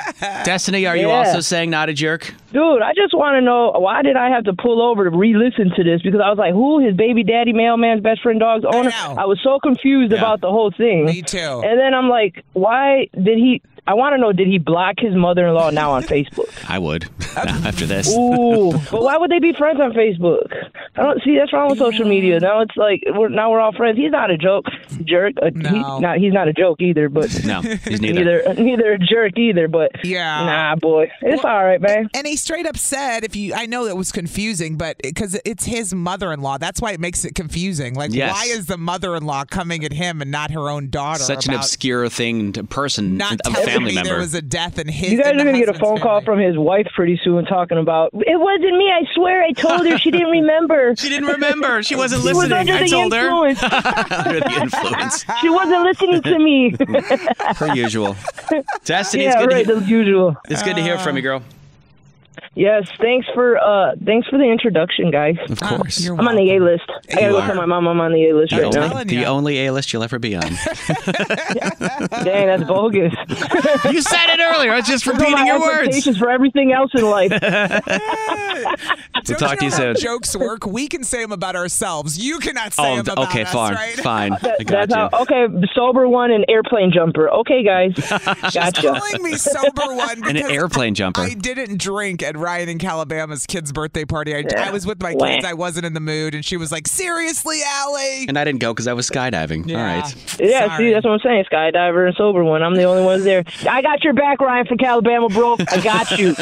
C: Destiny, are you
F: Yeah.
C: also saying not a jerk?
J: Dude, I just want to know why did I have to pull over to re-listen to this because I was like, who his baby daddy mailman's best friend dog's owner? I, was so confused about the whole thing. Me
B: too.
J: And then I'm like, why did he? I want to know did he block his mother-in-law now on Facebook?
C: I would after this.
J: Ooh, but why would they be friends on Facebook? I don't see that's wrong with social media. Now it's like we're now we're all friends. He's not a joke jerk. Uh, he, not he's not a joke either. But
C: No, he's neither.
J: neither neither a jerk either. But yeah, nah, boy, it's all right, man.
B: And he straight up said, "If you, I know it was confusing, but because it's his mother-in-law, that's why it makes it confusing. Like,
C: Yes.
B: why is the mother-in-law coming at him and not her own daughter?
C: Such an
B: about
C: obscure thing, to person,
B: not
C: a
B: telling
C: family
B: me
C: member.
B: there was a death in his.
J: You guys
B: in
J: are
B: the
J: gonna get a phone
B: husband's
J: call from his wife pretty soon talking about it wasn't me. I swear, I told her she didn't remember.
C: she didn't remember. She wasn't
J: was
C: listening.
J: under
C: I
J: the
C: told her.
J: influence.
C: Under the influence,
J: she wasn't listening to me.
C: per usual. Destiny,
J: yeah,
C: it's good
J: right,
C: to hear.
J: as usual.
C: It's good to hear from you, girl.
J: Yes, thanks for uh, thanks for the introduction, guys.
C: Of
B: Ah,
C: course.
J: I'm on the A list. I gotta
C: You
J: go
C: are.
J: tell my mom I'm on the A list
C: The
J: right now.
C: only, the only A-list you'll ever be on.
J: Dang, that's bogus.
C: you said it earlier. I was just
J: my
C: repeating your words.
J: expectations for everything else in life.
C: we'll talk to you
B: how
C: soon.
B: Jokes work. We can say them about ourselves. You cannot say
C: Oh,
B: them about
C: okay,
B: us,
C: fine,
B: right?
C: fine. I got
J: That's
C: you.
J: how, okay, sober one and airplane jumper. Okay, guys. Gotcha.
B: Calling me sober one
C: And
B: because
C: an airplane jumper.
B: I didn't drink at Ryan and Calabama's kid's birthday party. I, I was with my
C: Wah.
B: kids. I wasn't in the mood, and she was like, "Seriously, Allie."
C: and I didn't go because I was skydiving. All right.
J: Yeah, see, that's what I'm saying. Skydiver and sober one. I'm the only ones there. I got your back, Ryan, from Calabama, bro. I got you.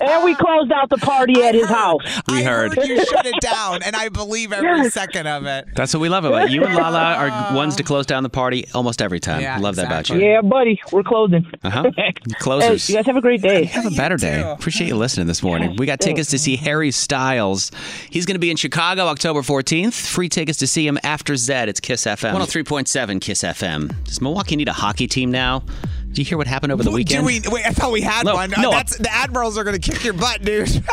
J: and we closed out the party at his house.
C: We heard.
B: You shut it down, and I believe every second of it.
C: That's what we love about it. you and Lala are ones to close down the party almost every time.
B: Yeah,
C: love that about you.
J: Yeah, buddy, we're closing.
C: Uh huh.
J: Hey,
C: Closers.
J: you guys have a great day.
C: Have a better day. Appreciate you listening this morning. We got tickets to see Harry Styles. He's going to be in Chicago October 14th. Free tickets to see him after Zed. It's Kiss FM. 103.7 Kiss FM. Does Milwaukee need a hockey team now? Did you hear what happened over the weekend?
B: Do we, wait, I thought we had
C: No,
B: one. Uh,
C: no.
B: That's, the Admirals are going to kick your butt, dude.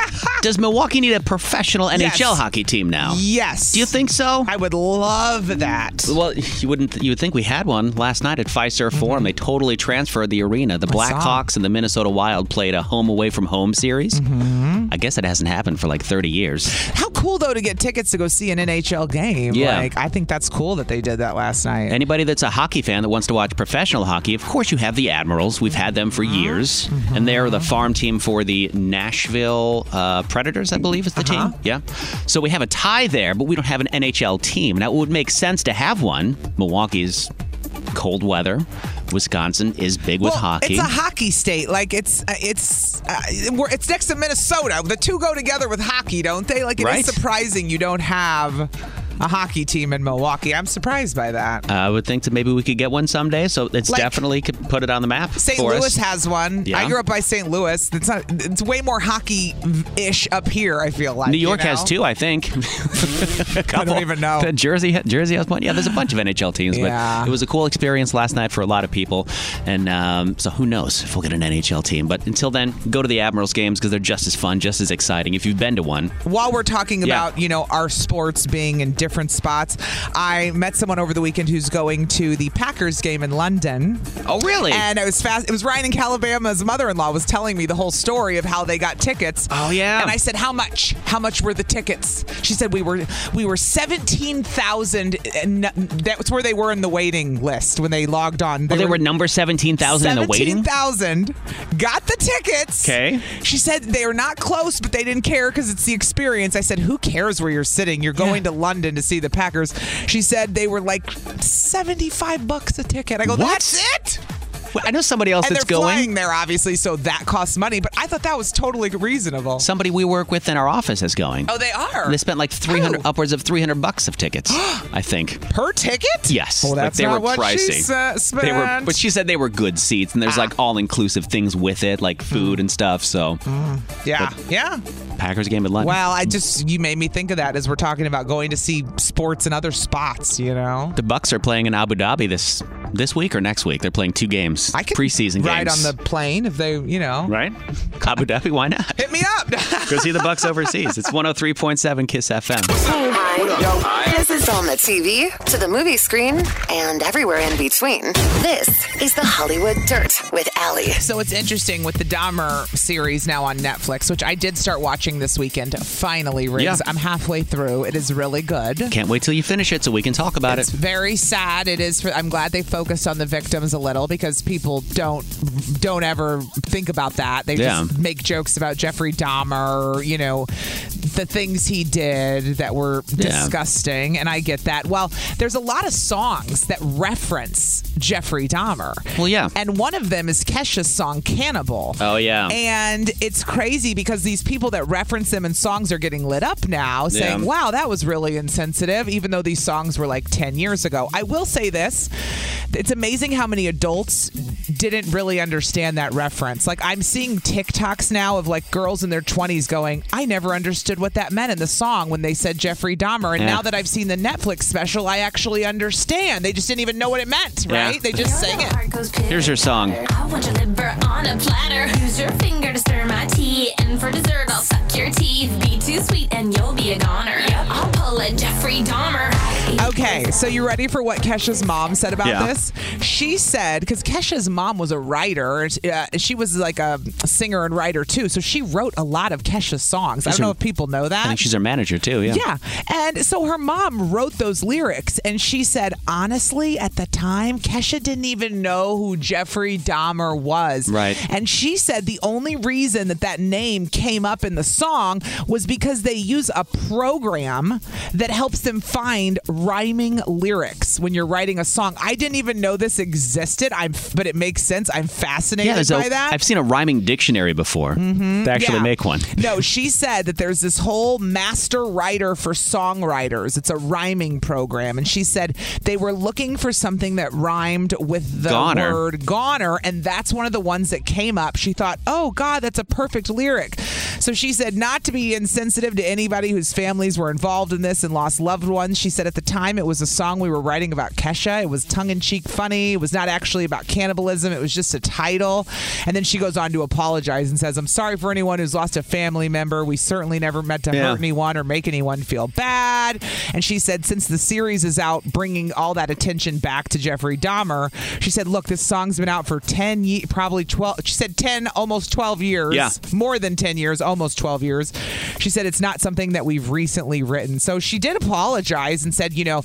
C: Does Milwaukee need a professional NHL
B: Yes.
C: hockey team now?
B: yes. Do you
C: think so?
B: I would love that.
C: Well, you wouldn't. you would think we had one last night at Fiserv Forum. They totally transferred the arena. The Blackhawks and the Minnesota Wild played a home away from home series.
B: Mm-hmm.
C: I guess it hasn't happened for like 30 years.
B: How cool though to get tickets to go see an NHL game.
C: Yeah.
B: Like I think that's cool that they did that last night.
C: Anybody that's a hockey fan that wants to watch professional hockey, of course you have the Admirals. We've had them for
B: Mm-hmm.
C: years, and they're the farm team for the Nashville uh, Predators, I believe is the
B: Uh-huh.
C: team. Yeah. So we have a tie there, but we don't have an NHL team. Now it would make sense to have one. Milwaukee's cold weather. Wisconsin is big with
B: Well,
C: hockey.
B: It's a hockey state. Like it's uh, it's uh, we're, it's next to Minnesota. The two go together with hockey, don't they? Like it is
C: Right.
B: surprising you don't have a hockey team in Milwaukee. I'm surprised by that.
C: I would think that maybe we could get one someday. So it's
B: Like-
C: definitely could put it on the map.
B: St.
C: for
B: Louis
C: us.
B: has one.
C: Yeah.
B: I grew up by St. Louis. It's not. It's way more hockey ish up here. I feel like
C: New York
B: you know?
C: has two, I think. I don't even know. Jersey, Jersey has one. Yeah, there's a bunch of NHL teams,
B: Yeah.
C: but it was a cool experience last night for a lot of people. And um, so who knows if we'll get an NHL team? But until then, go to the Admirals games because they're just as fun, just as exciting. If you've been to one,
B: While we're talking
C: Yeah.
B: about, you know, our sports being in different spots, I met someone over the weekend who's going to the Packers game in London.
C: Oh, really?
B: And it was fast. It was Ryan and Calabama's mother-in-law was telling me the whole story of how they got tickets. Oh
C: yeah.
B: And I said, "How much? How much were the tickets?" She said, "We were we were 17,000 and that's where they were in the waiting list when they logged on.
C: well, Oh, they were number 17,000 in the waiting.
B: 17,000 got the tickets.
C: Okay.
B: She said they were not close, but they didn't care because it's the experience. I said, Who cares where you're sitting? You're going to London to see the Packers. She said they were like 75 bucks a ticket. I go,
C: What?
B: That's it?
C: I know somebody else
B: and
C: that's
B: they're
C: going.
B: flying there, obviously, so that costs money. But I thought that was totally reasonable.
C: Somebody we work with in our office is going.
B: Oh, they are
C: They spent like 300, upwards of 300 bucks of tickets, I think.
B: per ticket.
C: Yes.
B: Well,
C: like,
B: that's
C: they
B: not
C: were
B: what
C: pricey.
B: she sa-
C: They were,
B: spent. Ah.
C: but she said they were good seats, and there's like all inclusive things with it, like food and stuff. So,
B: Hmm. Mm-hmm. Yeah, yeah.
C: Packers game at lunch.
B: Well, I just you made me think of that as we're talking about going to see sports in other spots. You know.
C: the Bucks are playing in Abu Dhabi this this week or next week. They're playing two games, I preseason
B: Ride on
C: games.
B: the plane if they, you know.
C: right? Abu Dhabi, why not? Hit
B: me up.
C: Go see the Bucks overseas. It's 103.7 Kiss FM.
A: This is on the TV, to the movie screen, and everywhere in between. This is the Hollywood Dirt with Allie.
B: So it's interesting with the Dahmer series now on Netflix, which I did start watching this weekend. Finally, Riggs.
C: Yeah.
B: I'm halfway through. It is really good.
C: Can't wait till you finish it so we can talk about
B: it's
C: it.
B: very sad. It is. For, I'm glad they focused on the victims a little because people don't don't ever think about that. They
C: Yeah.
B: just make jokes about Jeffrey Dahmer. You know, the things he did that were
C: Yeah.
B: disgusting, and I get that. Well, there's a lot of songs that reference Jeffrey Dahmer. Well, yeah, and one of them is Kesha's song "Cannibal."
C: Oh, yeah.
B: and it's crazy because these people that reference them in songs are getting lit up now,
C: Yeah.
B: saying, "Wow, that was really insensitive," even though these songs were like ten years ago. I will say this: it's amazing how many adults didn't really understand that reference. Like I'm seeing TikToks now of like girls in their 20s going, "I never understood what that meant in the song when they said Jeffrey Dahmer," and
C: Yeah.
B: now that I've seen the Netflix special, I actually understand. They just didn't even know what it meant,
C: Yeah.
B: right? They just sang it.
C: Here's her song.
M: I want your liver on a platter. Use your finger to stir my tea. And for dessert, I'll suck your teeth. Be too sweet and you'll be a goner. I'll pull a Jeffrey Dahmer.
B: Okay, so you ready for what Kesha's mom said about
M: Yeah.
B: this? She said because Kesha's mom was a writer, uh, she was like a singer and writer too. So she wrote a lot of Kesha's songs. I
C: She's
B: don't know
C: her-
B: if people know
C: I
B: Oh, that.
C: think she's our manager too. Yeah.
B: And so her mom wrote those lyrics, and she said, honestly, at the time, Kesha didn't even know who Jeffrey Dahmer was.
C: Right.
B: And she said the only reason that that name came up in the song was because they use a program that helps them find rhyming lyrics when you're writing a song. I didn't even know this existed. I'm, but it makes sense. I'm fascinated
C: Yeah, there's
B: by
C: a,
B: that.
C: I've seen a rhyming dictionary before.
B: Mhm.
C: They actually
B: Yeah.
C: make one.
B: No, she said that there's this whole master writer for songwriters. It's a rhyming program. And she said they were looking for something that rhymed with the
C: Goner.
B: word goner. And that's one of the ones that came up. She thought, oh, God, that's a perfect lyric. So she said, not to be insensitive to anybody whose families were involved in this and lost loved ones. She said at the time it was a song we were writing about Kesha. It was tongue in cheek funny. It was not actually about cannibalism. It was just a title. And then she goes on to apologize and says, I'm sorry for anyone who's lost a family member. We certainly never meant to
C: Yeah.
B: hurt anyone or make anyone feel bad. And she said, since the series is out bringing all that attention back to Jeffrey Dahmer, she said, look, this song's been out for 10, ye- probably 12, she said 10, almost 12 years
C: Yeah.
B: more than 10 years, almost 12 years. She said it's not something that we've recently written. So she did apologize and said, you know,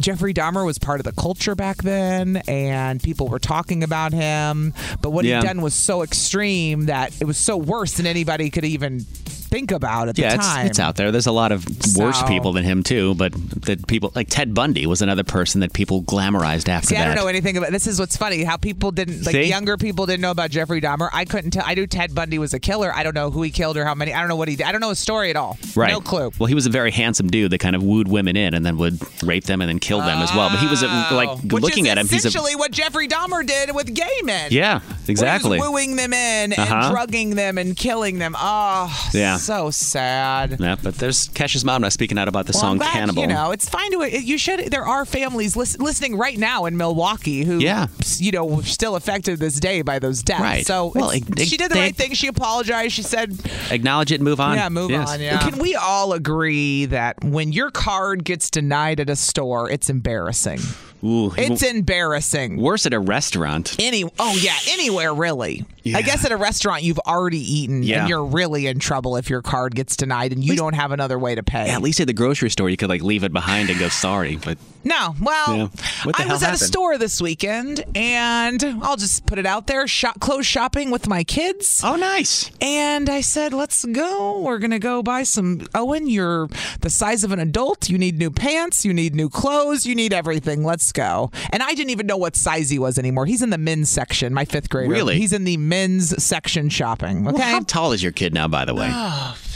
B: Jeffrey Dahmer was part of the culture back then and people were talking about him, but what
C: Yeah.
B: he'd done was so extreme that it was so worse than anybody could even think about at
C: Yeah,
B: the
C: it's,
B: time.
C: it's out there. There's a lot of worse
B: So-
C: people than him too, but that people like Ted Bundy was another person that people glamorized after
B: See,
C: that.
B: I don't know anything about this. Is what's funny how people didn't like
C: See?
B: younger people didn't know about Jeffrey Dahmer. I couldn't tell. I knew Ted Bundy was a killer. I don't know who he killed or how many. I don't know what he did. I don't know his story at all.
C: Right.
B: No clue.
C: Well, he was a very handsome dude that kind of wooed women in and then would rape them and then kill them as well. But he was a, like looking at him, he's
B: Oh. essentially
C: a
B: what Jeffrey Dahmer did with gay men.
C: yeah, exactly.
B: Where he was wooing them in and
C: Uh-huh.
B: drugging them and killing them. Oh,
C: Yeah.
B: so sad.
C: Yeah, but there's Kesha's mom now speaking out about the
B: Well,
C: song
B: I'm glad,
C: "Cannibal."
B: You know, it's fine to you should. There are families lis- listening right now in Milwaukee who,
C: Yeah.
B: you know, were still affected this day by those deaths.
C: Right.
B: So
C: Well,
B: it's-
C: it- it-
B: she did the
C: they-
B: right thing. She apologized. She said,
C: Acknowledge it and move on.
B: Yeah, move
C: Yes.
B: on. Yeah. Can we all agree that when your card gets denied at a store, it's embarrassing?
C: Ooh,
B: It's embarrassing.
C: Worse at a restaurant.
B: Any oh yeah, anywhere really.
C: Yeah.
B: I guess at a restaurant you've already eaten
C: Yeah.
B: and you're really in trouble if your card gets denied and you don't have another way to pay.
C: At least at the grocery store, you could like leave it behind and go sorry. But
B: No, well,
C: Yeah. What the
B: Oh, I
C: hell
B: was at a
C: happened?
B: store this weekend, and I'll just put it out there: shop, clothes shopping with my kids.
C: Oh, nice!
B: And I said, "Let's go. We're gonna go buy some." Owen, you're the size of an adult. You need new pants. You need new clothes. You need everything. Let's go. And I didn't even know what size he was anymore. He's in the men's section. My fifth grader.
C: Really?
B: He's in the men's section shopping.
C: Well,
B: Okay.
C: how tall is your kid now? By the way,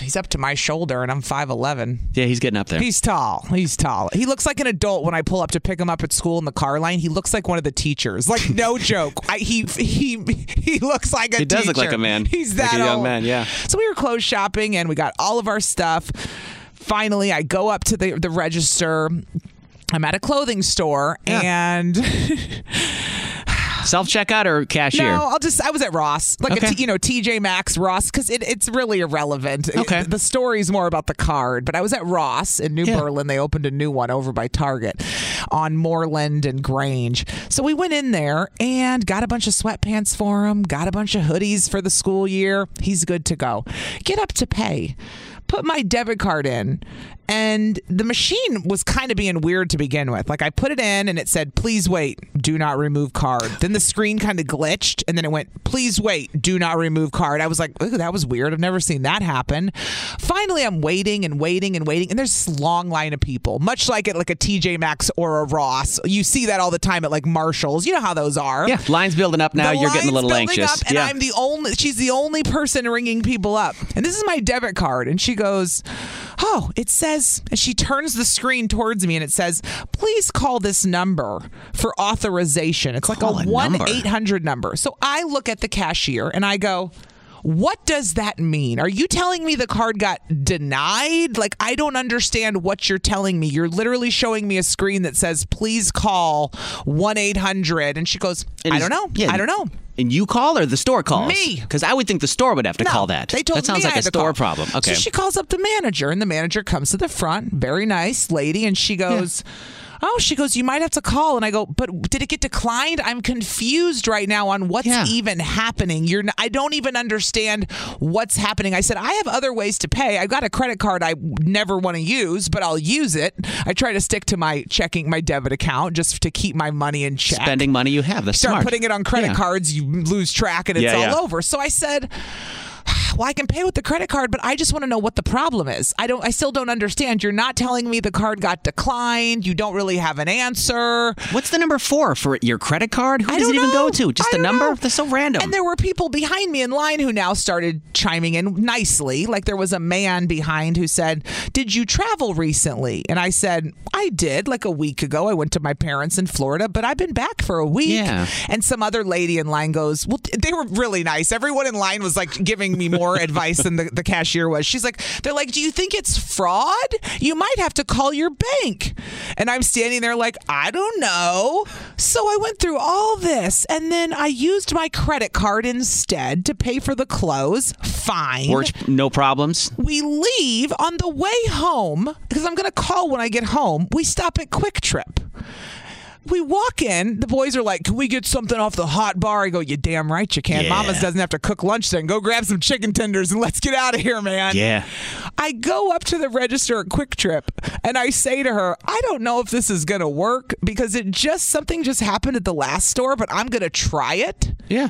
B: He's up to my shoulder, and I'm five eleven.
C: yeah, he's getting up there.
B: He's tall. He's tall. He looks like an adult when I pull up to pick him up at school in the car line. He looks like one of the teachers. Like no joke. I, he he he looks like a.
C: he does look
B: teacher.
C: like a man.
B: He's that
C: like a young
B: old.
C: man. Yeah.
B: So we were clothes shopping and we got all of our stuff. Finally, I go up to the, the register. I'm at a clothing store and
C: Self checkout or cashier?
B: No, I'll just. I was at Ross, like a
C: Okay.
B: T, you know TJ Maxx, Ross, because it, it's really irrelevant. Okay. The story's more about the card, but I was at Ross in New Berlin. They opened a new one over by Target on Moreland and Grange. So we went in there and got a bunch of sweatpants for him, got a bunch of hoodies for the school year. He's good to go. Get up to pay. Put my debit card in, and the machine was kind of being weird to begin with. Like I put it in, and it said, "Please wait, do not remove card." Then the screen kind of glitched, and then it went, "Please wait, do not remove card." I was like, "Ooh, that was weird. I've never seen that happen." Finally, I'm waiting and waiting and waiting, and there's this long line of people, much like at like a TJ Maxx or a Ross. You see that all the time at like Marshalls. You know how those are.
C: Yeah, line's building up now.
B: The
C: You're getting a
B: line's
C: little
B: building
C: anxious.
B: Up and
C: yeah.
B: I'm the only. She's the only person ringing people up, and this is my debit card. And she goes, "Oh, it says." And she turns the screen towards me, and it says, "Please call this number for authorization." It's like a one eight hundred number. So I look at the cashier and I go. What does that mean? Are you telling me the card got denied? Like, I don't understand what you're telling me. You're literally showing me a screen that says, please call 1 800. And she goes,
C: And
B: I
C: is-
B: don't know.
C: yeah,
B: I don't know.
C: And you call or the store calls?
B: Me.
C: Because I would think the store would have to
B: No,
C: call that.
B: They told
C: that sounds
B: me
C: like a
B: I had to
C: store
B: call.
C: problem. Okay.
B: So she calls up the manager, and the manager comes to the front, very nice lady, and she goes. Oh, she goes, you might have to call. And I go, but did it get declined? I'm confused right now on what's even happening. You're n- I don't even understand what's happening. I said, I have other ways to pay. I've got a credit card I never want to use, but I'll use it. I try to stick to my checking, my debit account just to keep my money in check
C: Spending money you have. That's
B: start
C: smart.
B: putting it on credit
C: Yeah.
B: cards, you lose track and it's
C: Yeah,
B: all
C: yeah.
B: over. So I said, well, I can pay with the credit card, but I just want to know what the problem is. I don't. I still don't understand. You're not telling me the card got declined. You don't really have an answer.
C: What's the number for for your credit card? Who
B: I
C: does it
B: don't
C: even go
B: know.
C: to? Just
B: I
C: the
B: don't
C: number?
B: know.
C: That's so random.
B: And there were people behind me in line who now started chiming in nicely. Like there was a man behind who said, Did you travel recently? And I said, I did like a week ago. I went to my parents in Florida, but I've been back for a week.
C: Yeah.
B: And some other lady in line goes, Well, th- they were really nice. Everyone in line was like giving me more advice than the, the cashier was. She's like, They're like, Do you think it's fraud? You might have to call your bank. And I'm standing there like, I don't know. So I went through all this and then I used my credit card instead to pay for the clothes. Fine.
C: Or no problems?
B: We leave on the way home because I'm going to call when I get home. We stop at Quick Trip. We walk in. The boys are like, "Can we get something off the hot bar?" I go, "You damn right you can.
C: Yeah.
B: Mama's doesn't have to cook lunch. Then go grab some chicken tenders and let's get out of here, man."
C: Yeah.
B: I go up to the register at Quick Trip and I say to her, I don't know if this is going to work because it just something just happened at the last store, but I'm going to try it.
C: Yeah.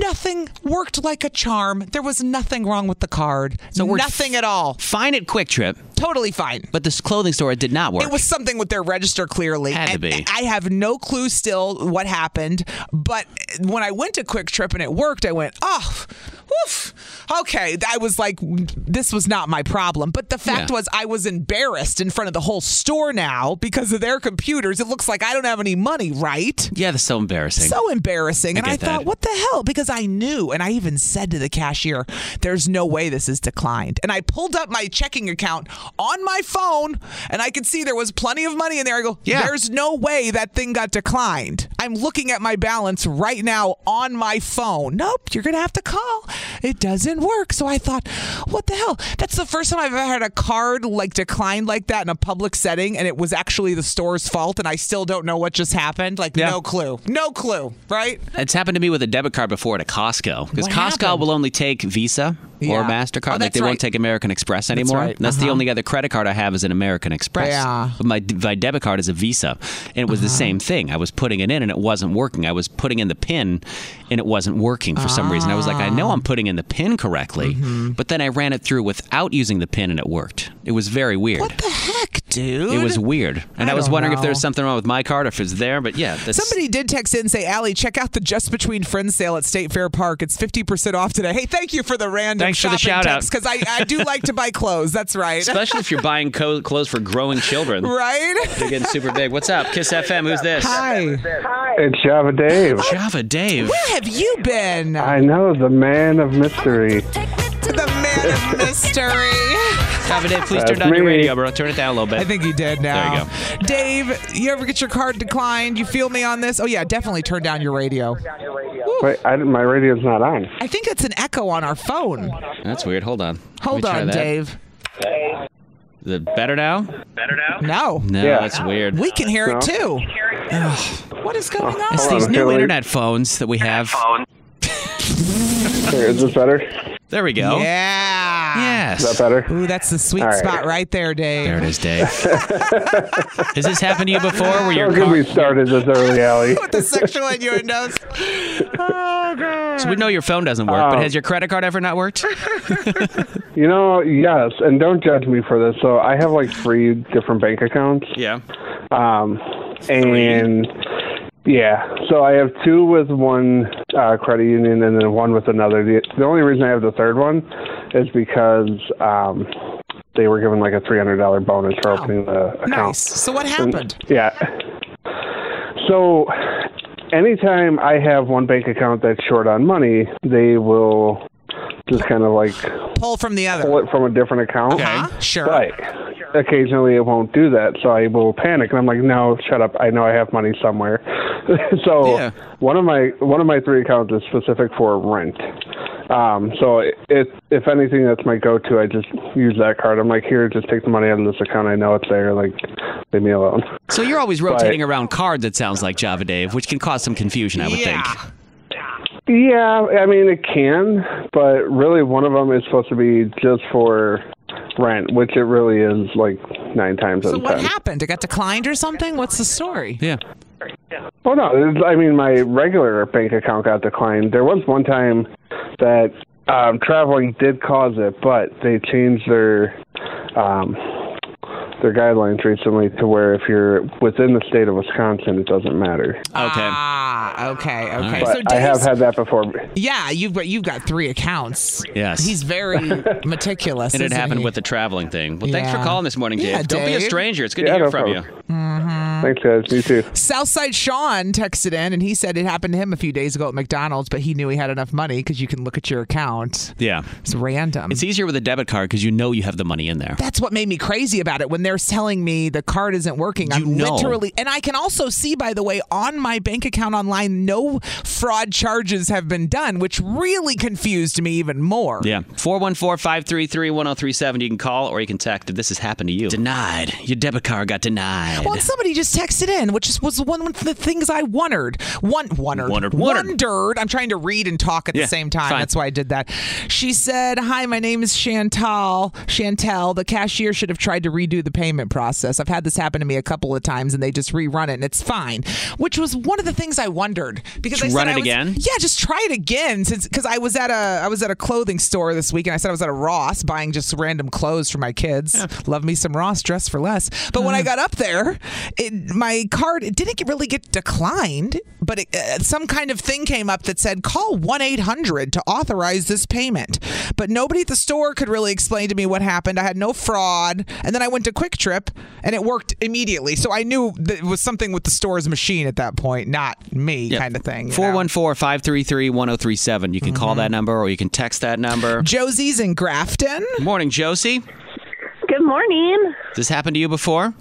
B: Nothing worked like a charm. There was nothing wrong with the card. So
C: we're
B: nothing at all.
C: Fine at Quick Trip.
B: Totally fine.
C: But this clothing store it did not work.
B: It was something with their register clearly.
C: Had to
B: And
C: be.
B: I have no clue still what happened, but when I went to Quick Trip and it worked, I went, oh, woof. Okay. I was like, this was not my problem. But the fact
C: Yeah.
B: was, I was embarrassed in front of the whole store now because of their computers. It looks like I don't have any money, right?
C: yeah, that's so embarrassing.
B: So embarrassing.
C: I
B: and I
C: get that.
B: thought, what the hell? Because I knew, and I even said to the cashier, there's no way this is declined. And I pulled up my checking account on my phone, and I could see there was plenty of money in there. I go,
C: Yeah.
B: there's no way that thing got declined. I'm looking at my balance right now on my phone. Nope, you're going to have to call. It doesn't work. So I thought, what the hell? That's the first time I've ever had a card like declined like that in a public setting, and it was actually the store's fault, and I still don't know what just happened. Like,
C: Yeah.
B: no clue. No clue, right?
C: It's happened to me with a debit card before at a Costco because
B: What
C: Costco
B: happened?
C: will only take Visa or
B: Yeah.
C: Mastercard.
B: Oh,
C: like
B: that's
C: they won't
B: right.
C: take American Express
B: That's
C: anymore.
B: right.
C: That's the
B: Uh-huh.
C: only other credit card I have is an American Express.
B: Yeah. Uh-huh.
C: But my my debit card is a Visa, and it was the same thing. I was putting it in and it wasn't working. I was putting in the pin, and it wasn't working for some reason. I was like, I know
B: Ah.
C: I'm putting in the pin correctly,
B: Mm-hmm.
C: but then I ran it through without using the pin, and it worked. It was very weird. What the
B: heck, dude?
C: It was weird, and I,
B: I
C: was
B: don't
C: wondering if there was
B: know.
C: something wrong with my card or if it's there. But yeah, that's,
B: Somebody did text in and say, Allie, check out the Just Between Friends sale at State Fair Park. It's 50% off today. Hey, thank you for the random
C: Thanks for the shout out.
B: Because I, I do like to buy clothes. That's right.
C: especially if you're buying co- clothes for growing children.
B: right?
C: They're getting super big. What's up? Kiss FM, who's this?
B: Hi.
N: It's Java Dave.
C: Java Dave.
B: Where have you been?
N: I know the man of mystery.
B: The man of mystery.
C: Java Dave,
N: Uh,
C: please turn
B: That's
C: down your
B: me.
C: radio, bro. Turn it down a little bit.
B: I think you did now.
C: There you go.
B: Dave, you ever get your card declined? You feel me on this? Oh yeah, definitely turn down your radio.
N: Wait, I didn't- my radio's not on.
B: I think it's an echo on our phone.
C: That's weird. Hold on. Let me
B: Hold
C: try
B: on,
C: that.
B: Dave.
C: Is it better now?
B: Better now? No.
C: No, that's weird.
B: We can hear it
C: No.
B: too. Ugh, what is going on?
C: It's these new internet phones that we have.
N: Is this better?
C: There we go.
B: Yeah.
C: Yes.
N: Is that better?
B: Ooh, that's the sweet
N: All right.
B: spot right there, Dave.
C: There it is, Dave. Has this happened to you before? Where
N: Don't
C: your
N: get
C: car-
N: me started this early, Allie.
B: the sexual innuendos.
C: So we know your phone doesn't work,
B: Oh.
C: but
N: Um,
C: has your credit card ever not worked?
N: You know, yes, and don't judge me for this. So I have like three different bank accounts.
C: Yeah.
N: Um, and yeah, so I have two with one uh, credit union and then one with another. The, the only reason I have the third one is because um, they were given like a three hundred dollar bonus for opening the account.
B: Nice. So what happened?
N: yeah. So anytime I have one bank account that's short on money, they will just kind of like
B: pull from the other,
N: pull it from a different account.
B: Sure.
N: But occasionally it won't do that, so I will panic and I'm like, no, shut up. I know I have money somewhere. so one of my one of my three accounts is specific for rent. Um, so it, it, if anything, that's my go-to. I just use that card. I'm like, here, just take the money out of this account. I know it's there. Like, leave me alone.
C: So you're always
N: But-
C: rotating around cards, it sounds like, Java Dave, which can cause some confusion, I would think.
N: Yeah, I mean it can, but really one of them is supposed to be just for rent, which it really is like nine times out
B: So
N: of
B: what
N: ten.
B: happened? It got declined or something? What's the story?
C: Yeah.
N: Oh no! it's- I mean, my regular bank account got declined. There was one time that um, traveling did cause it, but they changed their um, their guidelines recently to where if you're within the state of Wisconsin, it doesn't matter.
C: Okay.
B: Ah, okay, okay.
N: But
B: So
N: I have
B: Dave's-
N: had that before.
B: Yeah, you've got you've got three accounts.
C: Yes.
B: He's very meticulous.
C: And it
B: isn't
C: happened
B: he?
C: with the traveling thing. Well, thanks for
B: Yeah.
C: calling this morning, Dave.
B: Yeah,
C: Don't be a
B: Dave.
C: stranger. It's good
B: Yeah,
C: to hear
B: no
C: from
B: problem.
C: you.
N: Thanks, guys. You too.
B: Southside Sean texted in and he said it happened to him a few days ago at McDonald's, but he knew he had enough money because you can look at your account.
C: Yeah.
B: It's random.
C: It's easier with a debit card because you know you have the money in there.
B: That's what made me crazy about it when they're telling me the card isn't working. I'm
C: know.
B: literally, and I can also see, by the way, on my bank account online, no fraud charges have been done, which really confused me even more.
C: Yeah. 414 533 1037. You can call or you can text if this has happened to you. Denied. Your debit card got denied.
B: Well, and somebody just texted in, which is- was one of the things I wondered. One wondered,
C: Wondered, wondered.
B: wondered. I'm trying to read and talk at
C: Yeah,
B: the same time.
C: fine.
B: That's why I did that. She said, "Hi, my name is Chantal. Chantel, the cashier should have tried to redo the payment process. I've had this happen to me a couple of times, and they just rerun it, and it's fine." Which was one of the things I wondered because
C: Just
B: I said
C: run
B: I
C: it
B: was-
C: again?
B: Yeah, just try it again since because I was at a I was at a clothing store this week, and I said I was at a Ross buying just random clothes for my kids. Love me some Ross, dress for less. But when I got up there, it, my card it didn't get- really get declined, but it, uh, some kind of thing came up that said call one eight hundred to authorize this payment. But nobody at the store could really explain to me what happened. I had no fraud, and then I went to Quick Trip, and it worked immediately. So I knew that it was something with the store's machine at that point, not me, kind of thing. you know?
C: 414 533 1037. You can call that number or you can text that number.
B: Mm-hmm. Josie's in Grafton.
C: Morning, Josie.
O: Good morning.
C: Has this happened to you before?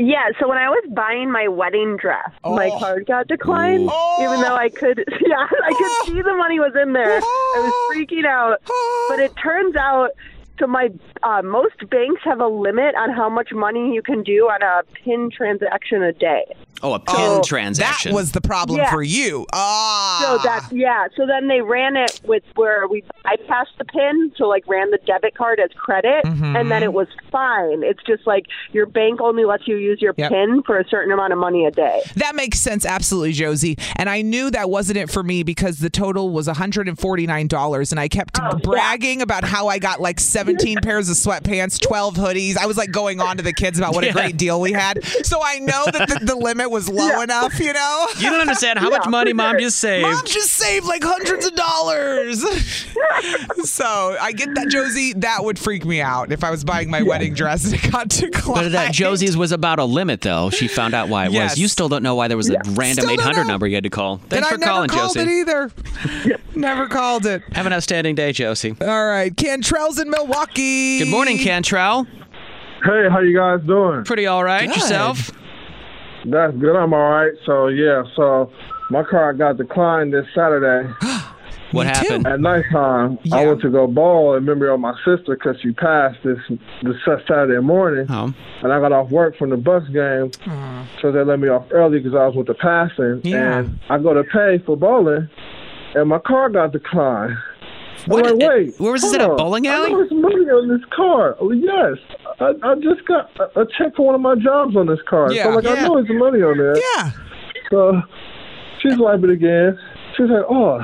O: Yeah, so when I was buying my wedding dress, my card got declined, even though I could, yeah, I could see the money was in there. I was freaking out, but it turns out. So my uh, most banks have a limit on how much money you can do on a pin transaction a day.
C: Oh, a pin transaction.
B: That was the problem
O: Yeah.
B: for you. Ah,
O: So that yeah. So then they ran it with where we bypassed the pin, so like ran the debit card as credit,
B: Mm-hmm.
O: and then it was fine. It's just like your bank only lets you use your
B: Yep.
O: pin for a certain amount of money a day.
B: that makes sense, absolutely, Josie. And I knew that wasn't it for me because the total was $149, and I kept bragging about how I got like 17 pairs of sweatpants, 12 hoodies. I was like going on to the kids about what
C: Yeah.
B: a great deal we had. So I know that the, the limit it was low enough, you know?
C: You don't understand how much money mom just saved.
B: Mom just saved like hundreds of dollars. so I get that, Josie. That would freak me out if I was buying my wedding dress and Uh, it got declined.
C: But that Josie's was about a limit, though. She found out why it
B: Yes.
C: was. You still don't know why there was a random
B: Still don't
C: 800 number you had to call.
B: and
C: Thanks
B: I
C: for
B: never
C: calling,
B: called
C: Josie.
B: it either. never called it.
C: Have an outstanding day, Josie.
B: All right, Cantrell's in Milwaukee.
C: Good morning, Cantrell.
P: Hey, how you guys doing?
C: Pretty all right. Yourself?
P: That's good. I'm all right. So yeah, so my car got declined this Saturday.
C: What happened?
P: At nighttime, I went to go ball in memory of my sister because she passed this this Saturday morning, and I got off work from the bus game, so they let me off early because I was with the passing.
Q: Yeah.
P: And I go to pay for bowling, and my car got declined.
C: What?
P: I'm like, wait,
C: where was this,
P: hold
C: at a
P: on.
C: bowling
P: I
C: alley?
P: know it's money on this car. Oh, Yes, I, I just got a, a check for one of my jobs on this car.
R: Yeah.
P: So like,
R: Yeah.
P: I know it's money on there.
B: Yeah.
P: So she's like it again. She's like, oh.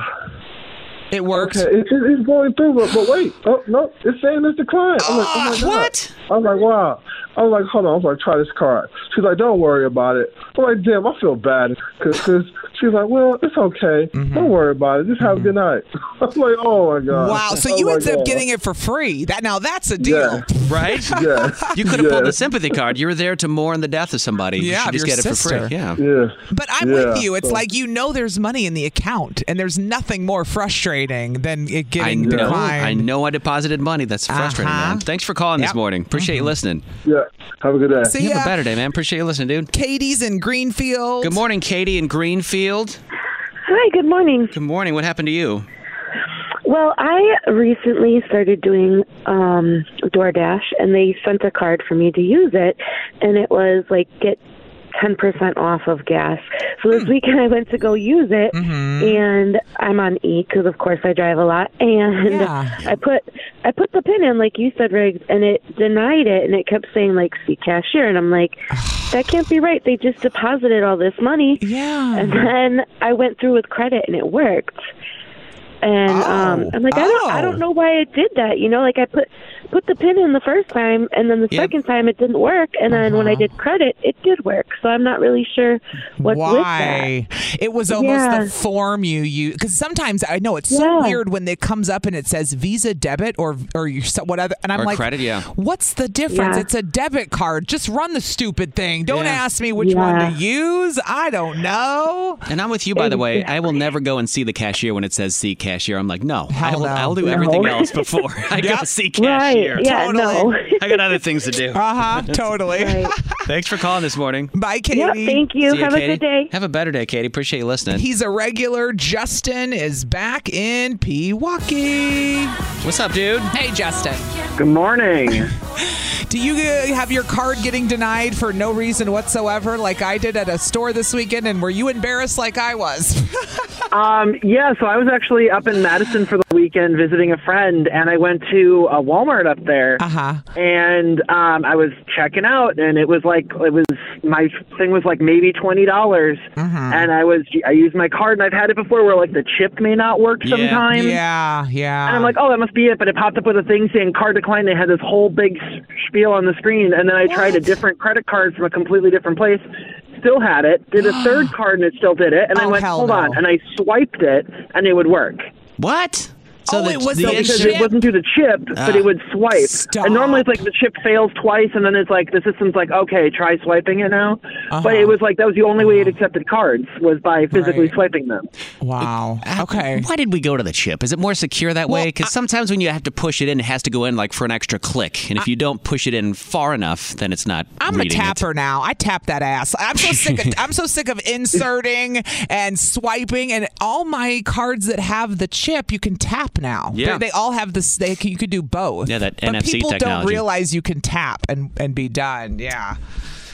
B: It works.
P: Okay, it, it- it's going through, but, but wait, oh no, it's saying it's declined. I'm like, oh my God.
B: Ah, what?
P: I was like, wow. I was like, hold on. I was like, try this card. She's like, don't worry about it. I'm like, damn, I feel bad because she's like, well, it's okay.
B: Mm-hmm.
P: Don't worry about it. Just have a good night. I'm like, oh my god.
B: Wow, so
P: Oh,
B: you
P: my
B: ended up
P: God.
B: getting it for free. That now that's a deal.
C: Right?
P: Yeah.
C: You could have pulled
P: Yeah.
C: a sympathy card. You were there to mourn the death of somebody. you
B: Yeah,
C: should
B: of
C: just
B: your
C: get it for
B: sister.
C: free. Yeah.
P: Yeah.
B: But I'm
C: Yeah,
B: with you. It's
C: so-
B: like you know there's money in the account, and there's nothing more frustrating than it
C: I
B: getting
C: know.
B: declined. Uh-huh.
C: I know I deposited money. That's frustrating, man. Thanks for calling this morning. Appreciate you listening.
P: Yeah. Have a good day.
B: Mm-hmm. See
C: you have
B: ya.
C: a better day, man. Appreciate you listening, dude.
B: Katie's in Greenfield.
C: Good morning, Katie in Greenfield.
S: Hi, good morning.
C: Good morning. What happened to you?
S: Well, I recently started doing um DoorDash and they sent a card for me to use it and it was like get 10% off of gas. So this weekend I went to go use it and I'm on E cuz of course I drive a lot and I put I put the pin in like you said Riggs and it denied it and it kept saying like see cashier and I'm like that can't be right. They just deposited all this money.
B: Yeah.
S: And then I went through with credit and it worked and um, I'm like, I don't, I don't know why I did that. You know, like I put put the pin in the first time, and then the second time it didn't work, and then when I did credit, it did work. So I'm not really sure what's with
B: Why? It was almost
S: Yeah.
B: the form you use. Because sometimes I know it's so
S: Yeah.
B: weird when it comes up and it says Visa debit or or your so- what other, and I'm
C: Or
B: like,
C: credit, yeah.
B: What's the difference?
S: Yeah.
B: It's a debit card. Just run the stupid thing. Don't
C: Yeah.
B: ask me which
C: Yeah.
B: one to use. I don't know.
C: And I'm with you, by the way. I will never go and see the cashier when it says see cashier. I'm like, no, I will, I'll do
B: No.
C: everything else before I go
B: Yep.
C: see
B: Right,
C: cashier.
B: yeah, no.
C: I got other things to do.
B: Uh huh. Totally.
C: Thanks for calling this morning.
B: Bye, Katie.
C: See ya, Katie. Have a better day, Katie. Appreciate you listening.
B: He's a regular. Justin is back in Pewaukee.
C: What's up, dude?
B: Hey, Justin.
T: Good morning.
B: Do you uh, have your card getting denied for no reason whatsoever, like I did at a store this weekend? And were you embarrassed like I was?
T: um, yeah, so I was actually up in Madison for the weekend visiting a friend, and I went to a Walmart up there.
B: Uh-huh.
T: And um, I was checking out, and it was like it was my thing was like maybe twenty dollars,
B: Mm-hmm.
T: and I was I used my card, and I've had it before where like the chip may not work sometimes.
B: Yeah, yeah.
T: And I'm like, oh, that must be it. But it popped up with a thing saying card declined. They had this whole big s- spiel on the screen. And then I tried a different credit card from a completely different place. Still had it. Did a third card and it still did it. And I
B: Oh,
T: went,
B: hell
T: hold
B: no.
T: on. And I swiped it and it would work.
C: What? So
T: oh,
C: the-
T: it was
C: the
T: because
C: chip-
T: it wasn't through the chip, but
C: Ah.
T: it would swipe. And normally it's like the chip fails twice, and then it's like the system's like, okay, try swiping it now. But
C: Uh-huh.
T: it was like that was the only way it accepted cards was by physically swiping them.
B: Wow. Okay.
C: Uh, Why did we go to the chip? Is it more secure that way? Because sometimes when you have to push it in, it has to go in like for an extra click. And if you don't push it in far enough, then it's not.
B: I'm a
C: reading it.
B: tapper now. I tap that ass. I'm so sick. Of, I'm so sick of inserting and swiping, and all my cards that have the chip, you can tap now.
C: Yeah.
B: they, they all have this. They you could do both.
C: Yeah, that
B: but
C: NFC
B: people don't
C: technology.
B: realize you can tap and and be done. Yeah.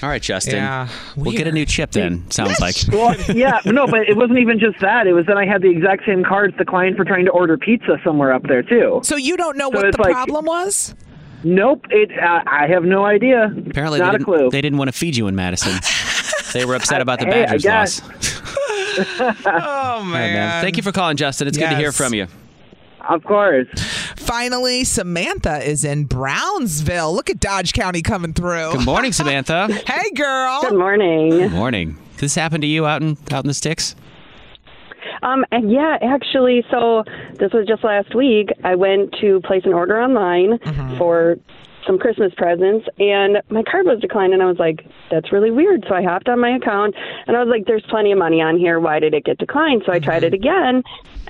C: All right, Justin.
B: Yeah,
C: We'll get a new chip then, sounds like.
T: Well, yeah, no, but it wasn't even just that. It was that I had the exact same cards the client for trying to order pizza somewhere up there too.
B: So you don't know
T: So
B: what
T: it's
B: the
T: like-
B: problem was?
T: Nope, it. Uh, I have no idea.
C: Apparently,
T: not
C: they
T: a
C: didn't,
T: clue.
C: they didn't want to feed you in Madison. they were upset about the
T: hey, I
C: Badgers
T: guess.
C: loss.
T: oh
C: All right, man. Thank you for calling, Justin. It's good to hear
B: Yes.
C: from you.
T: Of course.
B: Finally, Samantha is in Brownsville. Look at Dodge County coming through.
C: Good morning, Samantha.
B: Oh. Hey, girl.
S: Good morning.
C: Good morning. This happened to you out in out in the sticks?
U: Um, and yeah, actually, so this was just last week. I went to place an order online for some Christmas presents, and my card was declined. And I was like, "That's really weird." So I hopped on my account, and I was like, "There's plenty of money on here. Why did it get declined?" So I tried it again,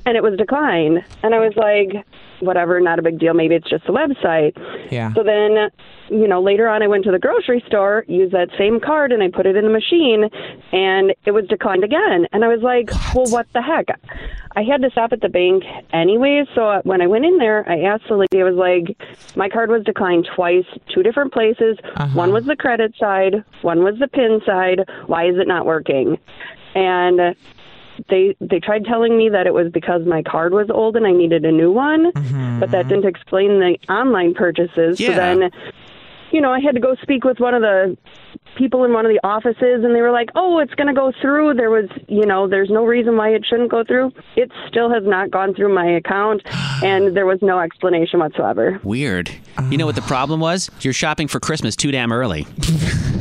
U: and it was declined. And I was like, "Whatever, not a big deal. Maybe it's just the website."
B: Yeah.
U: So then, you know, later on, I went to the grocery store, used that same card, and I put it in the machine, and it was declined again. And I was like, well, what the heck? I had to stop at the bank anyway. So when I went in there, I asked the lady, I was like, my card was declined twice, two different places. One was the credit side, one was the PIN side. Why is it not working? And they they tried telling me that it was because my card was old and I needed a new one,
C: Mm-hmm.
U: but that didn't explain the online purchases. So
V: Yeah.
U: then, you know, I had to go speak with one of the people in one of the offices, and they were like, "Oh, it's going to go through. There was, you know, there's no reason why it shouldn't go through. It still has not gone through my account, and there was no explanation whatsoever."
C: Weird. You know what
U: Ah.
C: the problem was? You're shopping for Christmas too damn early.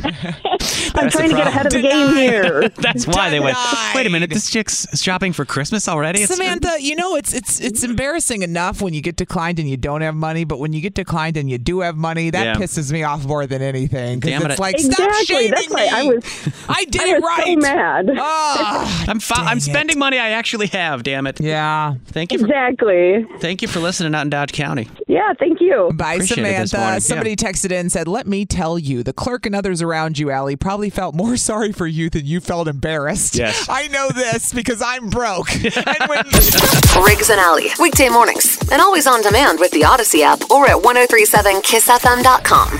U: I'm
C: That's the
U: trying to get ahead of the game here.
C: That's why they went. Wait a minute, this chick's shopping for Christmas already. It's- uh,
B: Samantha, you know it's it's it's embarrassing enough when you get declined and you don't have money, but when you get declined and you do have money, that
C: Yeah.
B: pisses me off more than anything. 'cause
C: Damn it,
B: it's
C: I-
B: like stop
U: Exactly.
B: shaming
U: That's
B: me.
U: why I was.
B: I did
U: I
B: it
U: was so
B: right.
U: mad.
B: Ah,
C: I'm fi- I'm spending money I actually have. Damn it.
B: Yeah.
C: Thank you. For,
U: exactly.
C: Thank you for listening out in Dodge County.
U: Yeah, thank you.
B: Bye,
C: Appreciate it this morning.
B: Samantha.
C: Yeah.
B: Somebody texted in and said, Let me tell you, the clerk and others around you, Allie, probably felt more sorry for you than you felt embarrassed.
C: Yes.
B: I know this because I'm broke.
A: Riggs and Alley, weekday mornings, and always on demand with the Odyssey app or at 1037kissfm.com.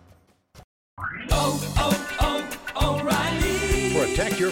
W: Protect your